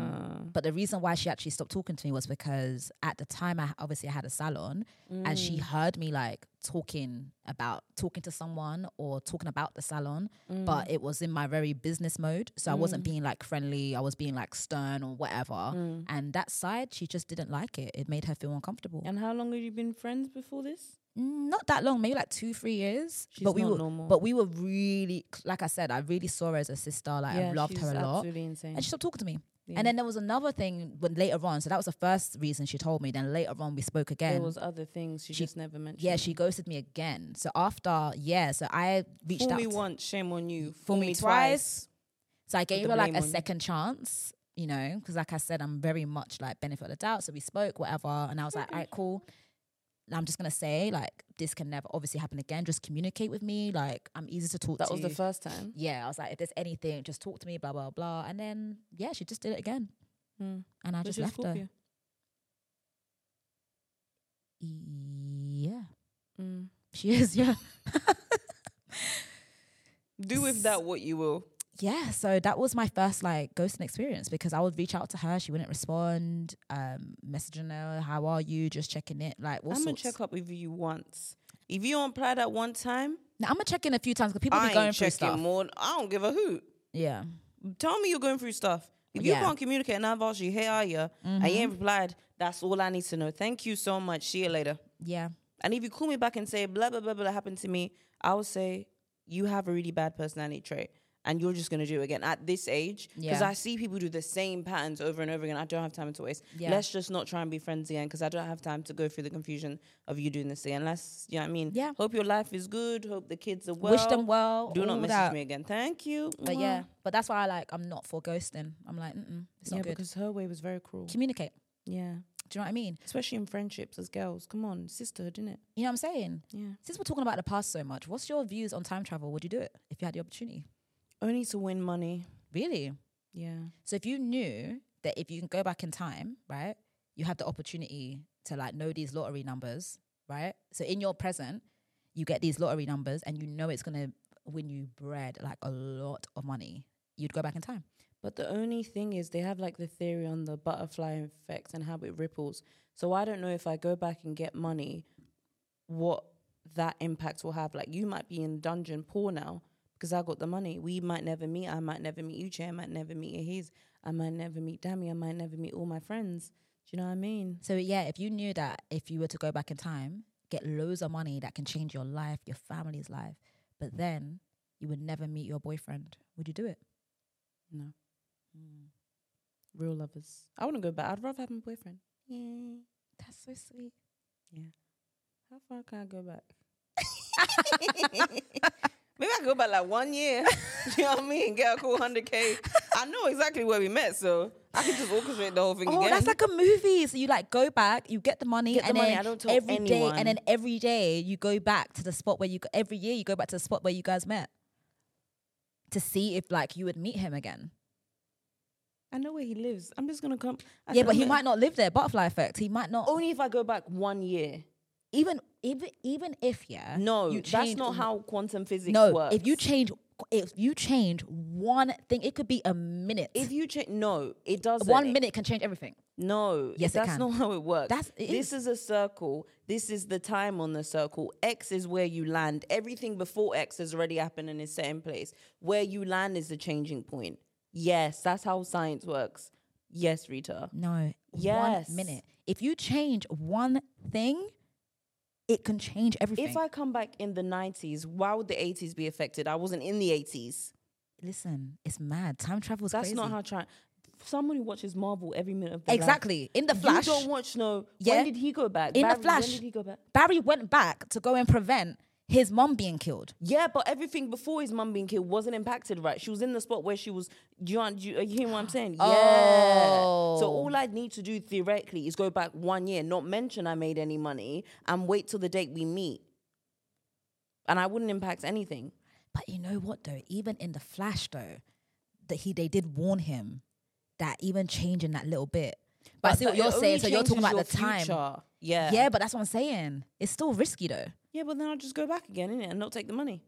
but the reason why she actually stopped talking to me was because at the time, I obviously I had a salon, Uh, mm. and she heard me like talking about talking to someone or talking about the salon, but Mm. it was in my very business mode, so I wasn't being like friendly, I was being like stern or whatever, Mm. and that side she just didn't like it. It made her feel uncomfortable. and how long had you been friends before this? Mm, not that long, maybe like two, three years. She's but we not were, normal. but we were really, like I said, I really saw her as a sister. Like I loved she's her a lot, Absolutely insane. and she stopped talking to me. Yeah. And then there was another thing when later on. So that was the first reason she told me. Then later on, we spoke again. there was other things she, she- just never mentioned. yeah, she ghosted me again. So after, yeah, so I reached Fool out. me to- once, shame on you. Fool Fool me me twice. So I gave the her like blame a on you. second chance, you know, because like I said, I'm very much like benefit of the doubt. So we spoke, whatever, and I was like, all right, cool. I'm just gonna say like this can never obviously happen again. Just communicate with me. Like I'm easy to talk That to. was the first time. yeah, I was like, if there's anything, just talk to me, blah blah blah. And then yeah, she just did it again, Mm. and I But just she was left her. Scorpio. Yeah, Mm. she is. Yeah, Do with that what you will. yeah. So that was my first like ghosting experience because I would reach out to her, she wouldn't respond, um, messaging her, how are you, just checking it, like all I'm gonna sorts. check up with you once. If you don't apply that one time, now, I'm gonna check in a few times because people I be ain't going through checking stuff. more. I don't give a hoot. Yeah, Tell me you're going through stuff. If Yeah. Mm-hmm. you can't communicate and I've asked you, hey, are you? And you ain't replied, that's all I need to know. Thank you so much. See you later. yeah, And if you call me back and say, blah, blah, blah, blah, happened to me, I will say, you have a really bad personality trait and you're just going to do it again at this age. Because Yeah. I see people do the same patterns over and over again. I don't have time to waste. Yeah. Let's just not try and be friends again because I don't have time to go through the confusion of you doing this again. Let's, you know what I mean? Yeah. Hope your life is good. Hope the kids are well. wish them well. Do all not message that. me again. Thank you. But Mwah. yeah, but that's why I like I'm not for ghosting. I'm like, mm it's not yeah, good. because her way was very cruel. Communicate. Yeah. Do you know what I mean? Especially in friendships as girls. Come on, sisterhood, innit? You know what I'm saying? Yeah. Since we're talking about the past so much, what's your views on time travel? Would you do it if you had the opportunity? Only to win money. Really? Yeah. So if you knew that if you can go back in time, right, you have the opportunity to like know these lottery numbers, right? So in your present, you get these lottery numbers and you know it's gonna win you bread, like a lot of money. You'd go back in time. But the only thing is, they have like the theory on the butterfly effect and how it ripples. So I don't know if I go back and get money, what that impact will have. Like, you might be in dungeon poor now because I got the money. We might never meet. I might never meet Uche. I might never meet Ahiz. I might never meet Dami. I might never meet all my friends. Do you know what I mean? So yeah, if you knew that if you were to go back in time, get loads of money that can change your life, your family's life, but then you would never meet your boyfriend, would you do it? Mm. No. Real lovers. I wouldn't go back. I'd rather have my boyfriend. Yeah. That's so sweet. How far can I go back? Maybe I go back like one year. you know what I mean? Get a cool hundred k. I know exactly where we met, so I can just orchestrate the whole thing Oh, again. that's like a movie. So you like go back, you get the money, Get the and money, then I don't tell every day- anyone. and then every day you go back to the spot where you go, every year you go back to the spot where you guys met to see if like you would meet him again. I know where he lives. I'm just gonna come. I yeah, said, but I'm he gonna- might not live there. Butterfly effect. He might not. only if I go back one year. even even even if yeah. No, you that's change- not how quantum physics no, works. if you change if you change one thing, it could be a minute. If you change, no, it doesn't. one minute can change everything. No, Yes, it that's can. not how it works. That's- it this is. a circle. This is the time on the circle. X is where you land. Everything before X has already happened and is set in place. Where you land is the changing point. Yes, that's how science works. Yes, Rita. No, Yes. one minute. If you change one thing, it can change everything. If I come back in the 90s, why would the 80s be affected? I wasn't in the 80s. Listen, it's mad. Time travel is That's crazy. not how trying. Someone who watches Marvel every minute of their life- exactly. In the Flash, You don't watch no. Yeah. When did he go back? In The Barry, Flash. When did he go back? Barry went back to go and prevent his mom being killed. Yeah, but everything before his mum being killed wasn't impacted, right? She was in the spot where she was. Do you, un- do you, you hear what I'm saying? Yeah. So Oh. all I'd need to do theoretically is go back one year, not mention I made any money, and wait till the date we meet. And I wouldn't impact anything. But you know what though? Even in the Flash though, that he they did warn him that even changing that little bit. But, I see what that- you're it only saying. So you're talking changes about the your time. future. Yeah. Yeah, but that's what I'm saying. It's still risky though. Yeah, but then I'll just go back again, innit? And not take the money.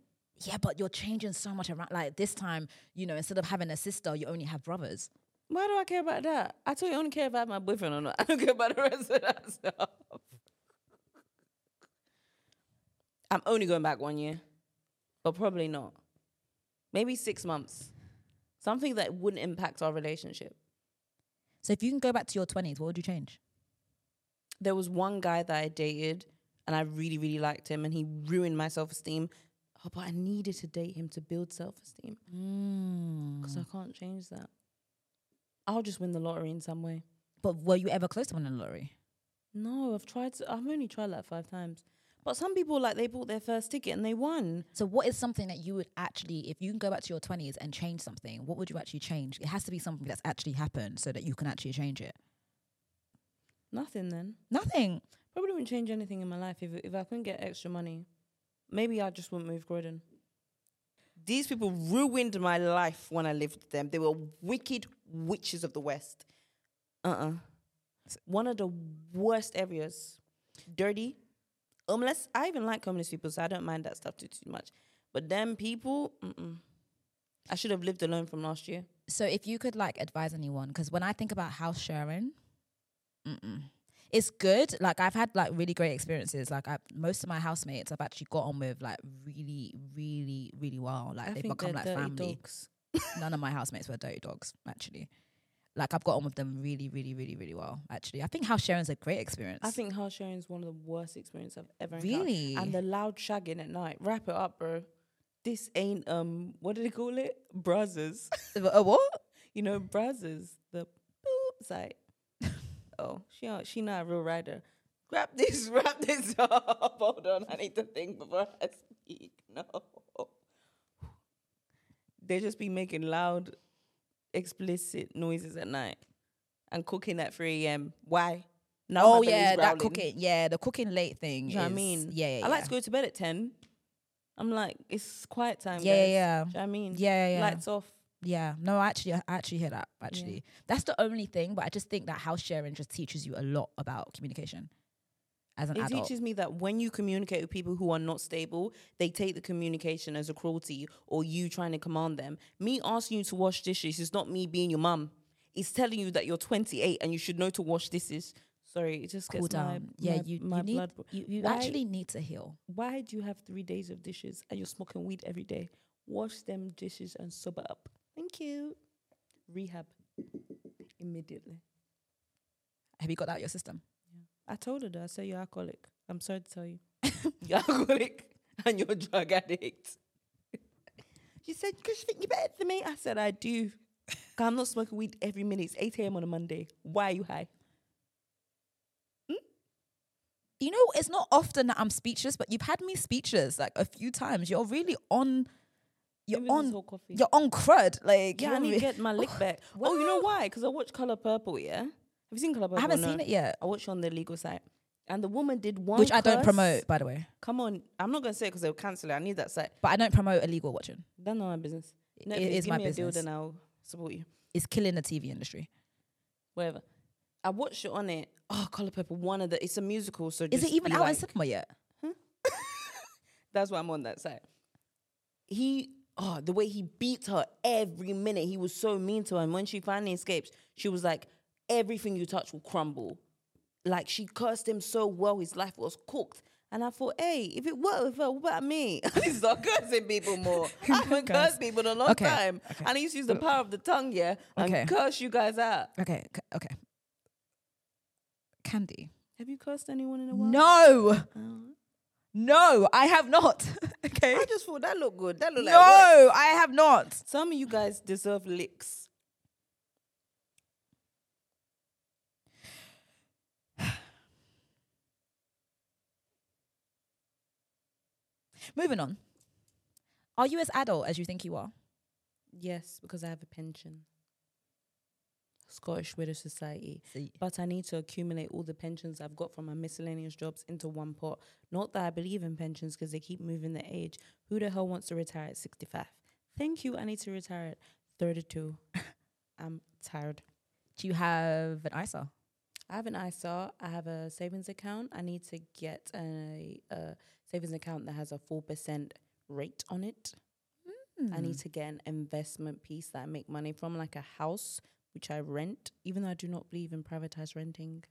Yeah, but you're changing so much around. Like this time, you know, instead of having a sister, you only have brothers. Why do I care about that? I told you I only care about my boyfriend or not. I don't care about the rest of that stuff. I'm only going back one year, but probably not. Maybe six months. Something that wouldn't impact our relationship. So if you can go back to your 20s, what would you change? There was one guy that I dated and I really, really liked him and he ruined my self esteem. Oh, but I needed to date him to build self esteem because I can't change that. I'll just win the lottery in some way. But were you ever close to winning the lottery? No, I've tried. To, I've only tried like five times. But some people like they bought their first ticket and they won. So what is something that you would actually, if you can go back to your 20s and change something, what would you actually change? It has to be something that's actually happened so that you can actually change it. Nothing then. Nothing. Probably wouldn't change anything in my life if if I couldn't get extra money. Maybe I just wouldn't move Croydon. These people ruined my life when I lived with them. They were wicked witches of the West. Uh uh One of the worst areas. Dirty, homeless. I even like homeless people, so I don't mind that stuff too too much. But them people, mm-mm. I should have lived alone from last year. So if you could like advise anyone, because when I think about house sharing, mm-mm. it's good. Like I've had like really great experiences. Like I, most of my housemates, I've actually got on with like really, really, really well. Like they've become like family. dogs. None of my housemates were dirty dogs, actually. Like I've got on with them really, really, really, really well. Actually, I think house sharing's a great experience. I think house sharing is one of the worst experiences I've ever encountered. really. And the loud shagging at night. Wrap it up, bro. This ain't um what do they call it? Brazzers. a uh, what? you know, brazzers. The boop site. oh, she not- she not a real rider. Grab this, wrap this up. Hold on, I need to think before I speak. No. They just be making loud, explicit noises at night and cooking at 3 a.m. Why? Now my Oh belly's yeah, that growling. cooking. Yeah, the cooking late thing. Do you know what I is- mean? Yeah, yeah, yeah. I like to go to bed at 10. I'm like, it's quiet time. Yeah, guys. yeah, Do you know what I mean? Yeah, yeah, yeah. Lights off. Yeah, no, I actually, I actually hear that. Actually, that's the only thing. But I just think that house sharing just teaches you a lot about communication as an It adult. teaches me that when you communicate with people who are not stable, they take the communication as a cruelty or you trying to command them. Me asking you to wash dishes is not me being your mum. It's telling you that you're 28 and you should know to wash dishes. Sorry, it just gets cool my, down. yeah, my- you, my you need, blood. bo- you, you Why- actually need to heal. Why do you have three days of dishes and you're smoking weed every day? Wash them dishes and sober up. Thank you. Rehab immediately. Have you got that out of your system? I told her that. I said, You're alcoholic. I'm sorry to tell you. you're alcoholic and you're a drug addict. she said, Because you think you're better than me. I said, I do. 'Cause I'm not smoking weed every minute. It's 8 a.m. on a Monday. Why are you high? You know, it's not often that I'm speechless, but you've had me speechless like a few times. You're really on. You're Maybe this on. whole coffee. You're on crud. Like Yeah, you're I need to re- get my lick back. Oh, you know why? Because I watched Color Purple, yeah? Have you seen Color Purple? I haven't No. seen it yet, I watched it on the legal site. And the woman did one. which I don't curse. promote, by the way. Come on. I'm not going to say it because they'll cancel it. I need that site. But I don't promote illegal watching. That's not my business. It- Netflix, it is give my me a deal, business. then I'll support you. It's killing the TV industry. Whatever. I watched it on it. Oh, Color Purple, one of the. It's a musical, so Is just it even be out like- in cinema yet? That's why I'm on that site. He oh, the way he beat her every minute. He was so mean to her. And when she finally escapes, she was like, everything you touch will crumble. Like she cursed him so well, his life was cooked. And I thought, hey, if it worked with her, what about me? I start cursing people more. I haven't Curse. cursed people in a long Okay, time. okay. And I used to use the power of the tongue, yeah, and Okay. curse you guys out. Okay, c- okay. Candy. Have you cursed anyone in a while? No, Oh. no, I have not. okay. I just thought that looked good. That looked no, like work. I have not. Some of you guys deserve licks. Moving on. Are you as adult as you think you are? Yes, because I have a pension. Scottish Widow Society. See. But I need to accumulate all the pensions I've got from my miscellaneous jobs into one pot. Not that I believe in pensions because they keep moving the age. Who the hell wants to retire at 65? Thank you. I need to retire at 32. I'm tired. Do you have an ISA? I have an ISA. I have a savings account. I need to get a, a savings account that has a 4% rate on it. I Hmm. need to get an investment piece that I make money from, like a house which I rent, even though I do not believe in privatized renting.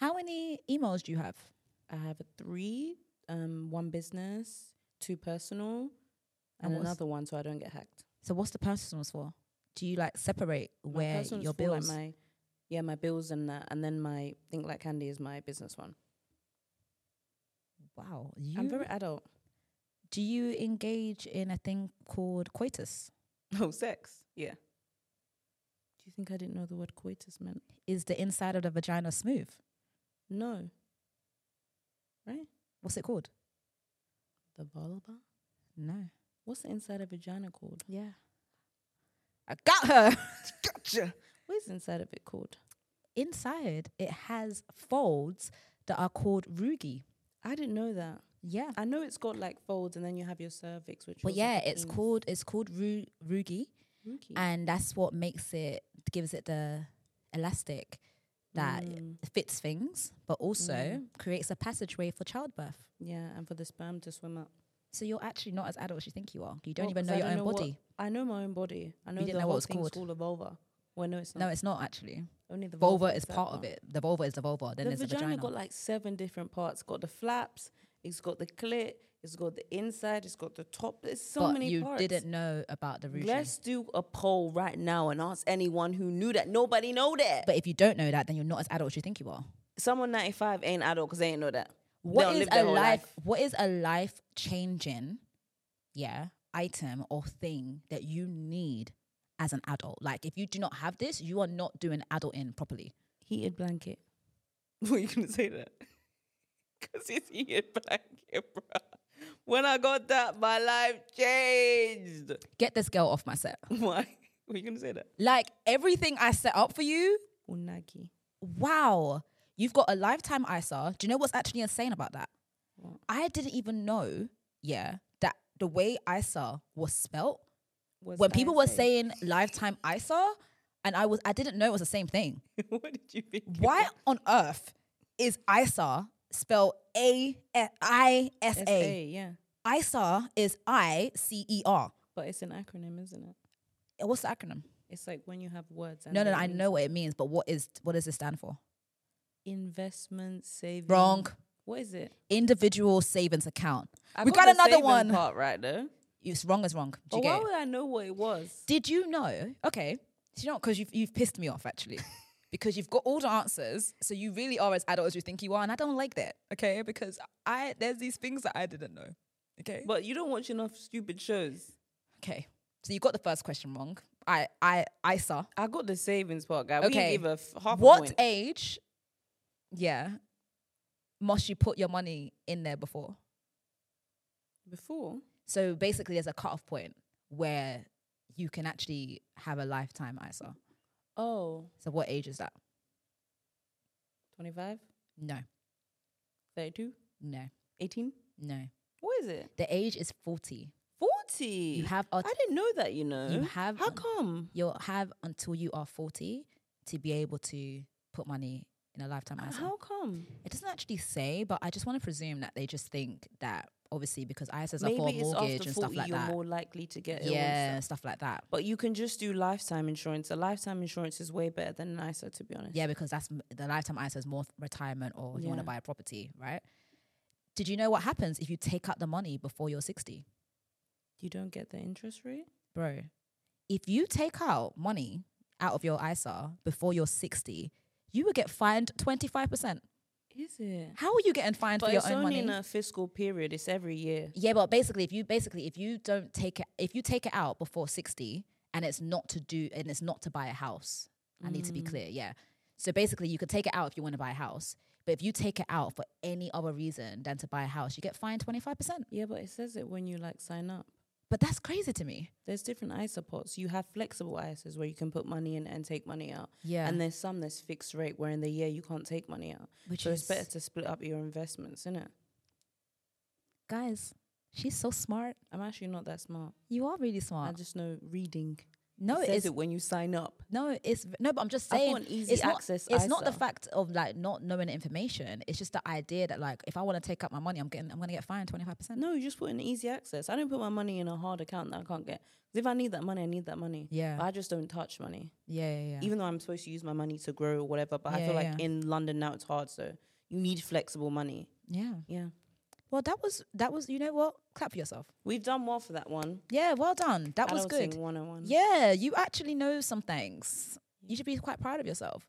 How many emails do you have? I have a three, um, one business, two personal, And and, what's- another one so I don't get hacked. So what's the personals for? Do you like separate My where personal's your for, like, bills? my yeah, my bills and that, and then my think like candy is my business one. wow, you I'm very adult. do you engage in a thing called coitus? Oh, sex. Yeah. Do you think I didn't know the word coitus meant? Is the inside of the vagina smooth? No. What's it called? The vulva. No. What's the inside of vagina called? Yeah. I got her. Gotcha. What is inside of it called? Inside, it has folds that are called rugi. I didn't know that. Yeah. I know it's got like folds, and then you have your cervix, which. But feels like yeah, a it's penis. called it's called ru- rugi, Rookie. and that's what makes it gives it the elastic that Mm, fits things, but also Mm. creates a passageway for childbirth. yeah, and for the sperm to swim up. So you're actually not as adult as you think you are. You don't Well, even 'cause know I your own don't know what- body. I know my own body. I know didn't the know what whole it's thing's called. called a vulva. Well, no, it's not. No, it's not actually. Only the Vulva vulva is that part of part. it. The vulva is the vulva. Then the there's vagina, the vagina. got like seven different parts. Got the flaps. It's got the clit. It's got the inside. It's got the top. There's so but many you parts. didn't know about the ruchi. Let's do a poll right now and ask anyone who knew that. Nobody know that. But if you don't know that, then you're not as adult as you think you are. Someone 95 ain't adult because they ain't know that. What don't is live a their whole life, life. What is a life changing, yeah, item or thing that you need as an adult? Like, if you do not have this, you are not doing adult in properly. Heated blanket. Were you gonna say that? Cause it's heated blanket, bro. When I got that, my life changed. Get this girl off my set. Why? Were you gonna say that? Like everything I set up for you, Unagi. wow, you've got a lifetime ISA. Do you know what's actually insane about that? What? I didn't even know, yeah, that the way ISA was spelt, Was when I people were saying- saying lifetime ISA, and I was I didn't know it was the same thing. what did you think? it Why on earth is ISA spelled A I S was? A? SA, yeah. ISA is I C E R. But it's an acronym, isn't it? What's the acronym? It's like when you have words. And No, no, they no, I mean know what it means, but what is what does it stand for? Investment saving. Wrong. What is it? Individual savings account. I We got the another saving one. part right there. It's wrong as wrong. Do But you get why it? would I know what it was? Did you know? Okay, do you know? Because you've you've pissed me off actually, because you've got all the answers, so you really are as adult as you think you are, and I don't like that. Okay, because I there's these things that I didn't know. Okay. But you don't watch enough stupid shows. Okay. So you got the first question wrong. I I I saw. I got the savings part, guy. We Okay. didn't give a f- half what a point. age? Yeah. Must you put your money in there before? Before, So basically, there's a cutoff point where you can actually have a lifetime ISA. oh, So what age is that? 25, No, 32, no, 18. no. What is it? The age is 40. 40. You have I a didn't know that, you know. you have How un- come? you'll have until you are 40 to be able to put money in a lifetime ISA. How come? It doesn't actually say, but I just want to presume that they just think that obviously because ISIS are for a mortgage and stuff like you're that. more likely to get ill. Yeah. Yeah, stuff like that. But you can just do lifetime insurance. A lifetime insurance is way better than an ISA, to be honest. Yeah, because that's m- the lifetime ISA is more th- retirement or you want Yeah. to buy a property, right? Did you know what happens if you take out the money before you're 60? You don't get the interest rate? Bro, if you take out money out of your ISA before you're 60, you will get fined 25%. Is it? How are you getting fined But for your it's own only money? in a fiscal period. It's every year. Yeah, but basically, if you basically if you don't take it, if you take it out before sixty, and it's not to do, and it's not to buy a house. I need to be clear. Yeah. So basically, you could take it out if you want to buy a house, but if you take it out for any other reason than to buy a house, you get fined twenty five percent. Yeah, but it says it when you like sign up. But that's crazy to me. There's different ISA pots. You have flexible ISAs where you can put money in and take money out. Yeah. And there's some that's fixed rate where in the year you can't take money out. Which so is it's better to split up your investments, isn't it? guys. She's so smart. I'm actually not that smart. You are really I smart. just know reading. No, it it's says it when you sign up. no, it's v- no. But I'm just I've got saying, an easy it's not- access It's not the ISA. fact of like not knowing the information. It's just the idea that like if I want to take out my money, I'm getting I'm gonna get fined twenty five percent. No, you just put in easy access. I don't put my money in a hard account that I can't get. 'Cause if I need that money, I need that money. Yeah. But I just don't touch money. Yeah, yeah, yeah. Even though I'm supposed to use my money to grow or whatever, but I Yeah, feel yeah, like yeah. in London now it's hard. So you need flexible money. yeah. Yeah. Well, that was that was you know what? Clap for yourself. We've done well for that one. Yeah, well done. That was Adulting good. 101. Yeah, you actually know some things. You should be quite proud of yourself.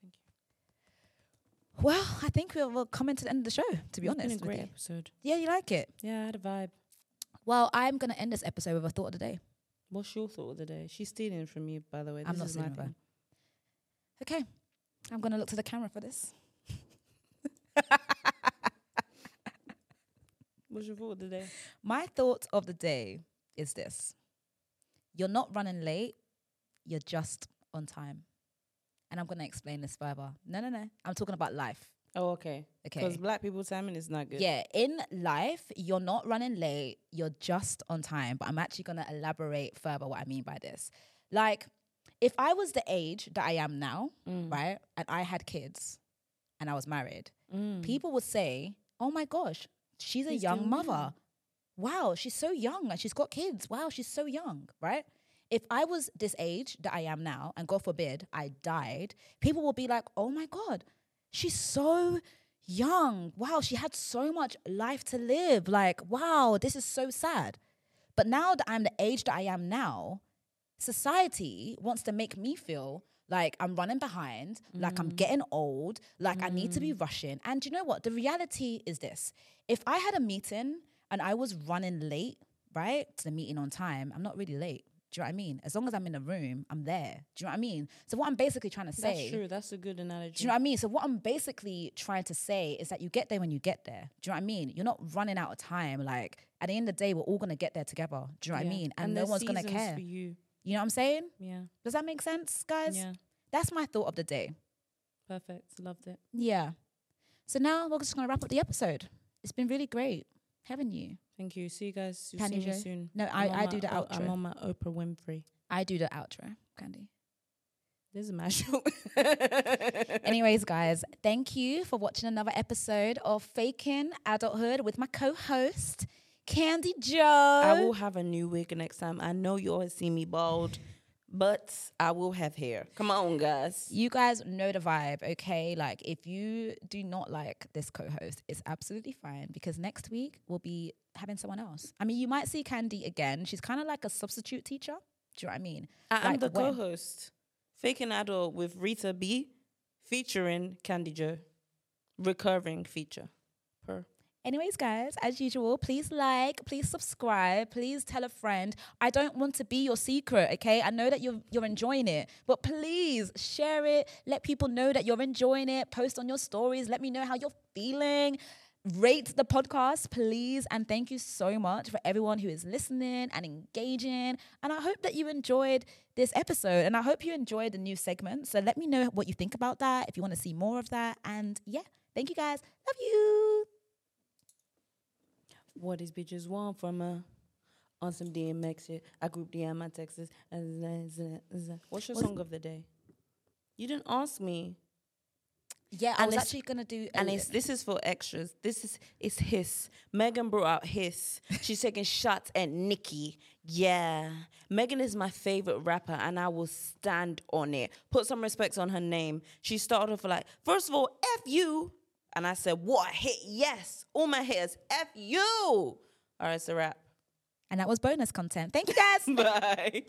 Thank you. Well, I think we'll, we'll come into the end of the show. To be It's honest, been a with great you. episode. yeah, you like it. Yeah, I had a vibe. Well, I'm gonna end this episode with a thought of the day. What's your thought of the day? She's stealing from you, by the way. This I'm not is my stealing from her. thing. Okay, I'm gonna look to the camera for this. What's your thought of the day? My thought of the day is this You're not running late, you're just on time. And I'm going to explain this further. No, no, no. I'm talking about life. Oh, okay. Because Okay. black people timing is not good. Yeah, in life, you're not running late, you're just on time. But I'm actually going to elaborate further what I mean by this. Like, if I was the age that I am now, right, and I had kids and I was married, Mm. people would say, oh my gosh, she's a She's young doing well." mother. Wow, she's so young and she's got kids. Wow, she's so young, right? If I was this age that I am now, and God forbid I died, people will be like, oh my God, she's so young. Wow, she had so much life to live. Like, wow, this is so sad. But now that I'm the age that I am now, society wants to make me feel like I'm running behind, like I'm getting old, like I need to be rushing. And you know what? The reality is this if I had a meeting and I was running late, right, to the meeting on time, I'm not really late. Do you know what I mean? As long as I'm in the room, I'm there. Do you know what I mean? So, what I'm basically trying to say. That's true. That's a good analogy. Do you know what I mean? So what I'm basically trying to say is that you get there when you get there. Do you know what I mean? You're not running out of time. Like at the end of the day, we're all gonna get there together. Do you know what I mean? And, no there's one's gonna seasons care. for you. You know what I'm saying? Yeah. Does that make sense, guys? Yeah. That's my thought of the day. Perfect. Loved it. Yeah. So now we're just gonna wrap up the episode. It's been really great, haven't you? Thank you. See you guys. You'll Can see you do- me soon. No, I'm I- on I my do the O- I'm outro. on my Oprah Winfrey. I do the outro, Candy. This is my show. Anyways, guys, thank you for watching another episode of Faking Adulthood with my co-host, Candy Joe. I will have a new wig next time. I know you always see me bald, but I will have hair. Come on, guys. You guys know the vibe, okay? Like, if you do not like this co host, it's absolutely fine because next week we'll be having someone else. I mean, you might see Candy again. She's kind of like a substitute teacher. Do you know what I mean? I am Like the when- co-host, Faking Adult with Rita B, featuring Candy Joe, recurring feature. Per. Anyways, guys, as usual, please like, please subscribe, please tell a friend. I don't want to be your secret, okay? I know that you're you're enjoying it, but please share it. Let people know that you're enjoying it. Post on your stories. Let me know how you're feeling. Rate the podcast, please. And thank you so much for everyone who is listening and engaging. And I hope that you enjoyed this episode. And I hope you enjoyed the new segment. So let me know what you think about that, if you want to see more of that. And yeah, thank you guys. Love you. What these bitches want from a on some DMX shit. I uh, group DM my Texas. What's your What's- song of the day? You didn't ask me. Yeah, I And was it's- actually gonna do. a And li- it's, this is for extras. This is it's his. Megan brought out his. She's taking shots at Nicki. Yeah. Megan is my favorite rapper and I will stand on it. Put some respects on her name. She started off like, first of all, F you. And I said, what a hit? Yes. All my hitters, F you. All right, it's a wrap. and that was bonus content. Thank you guys. Bye.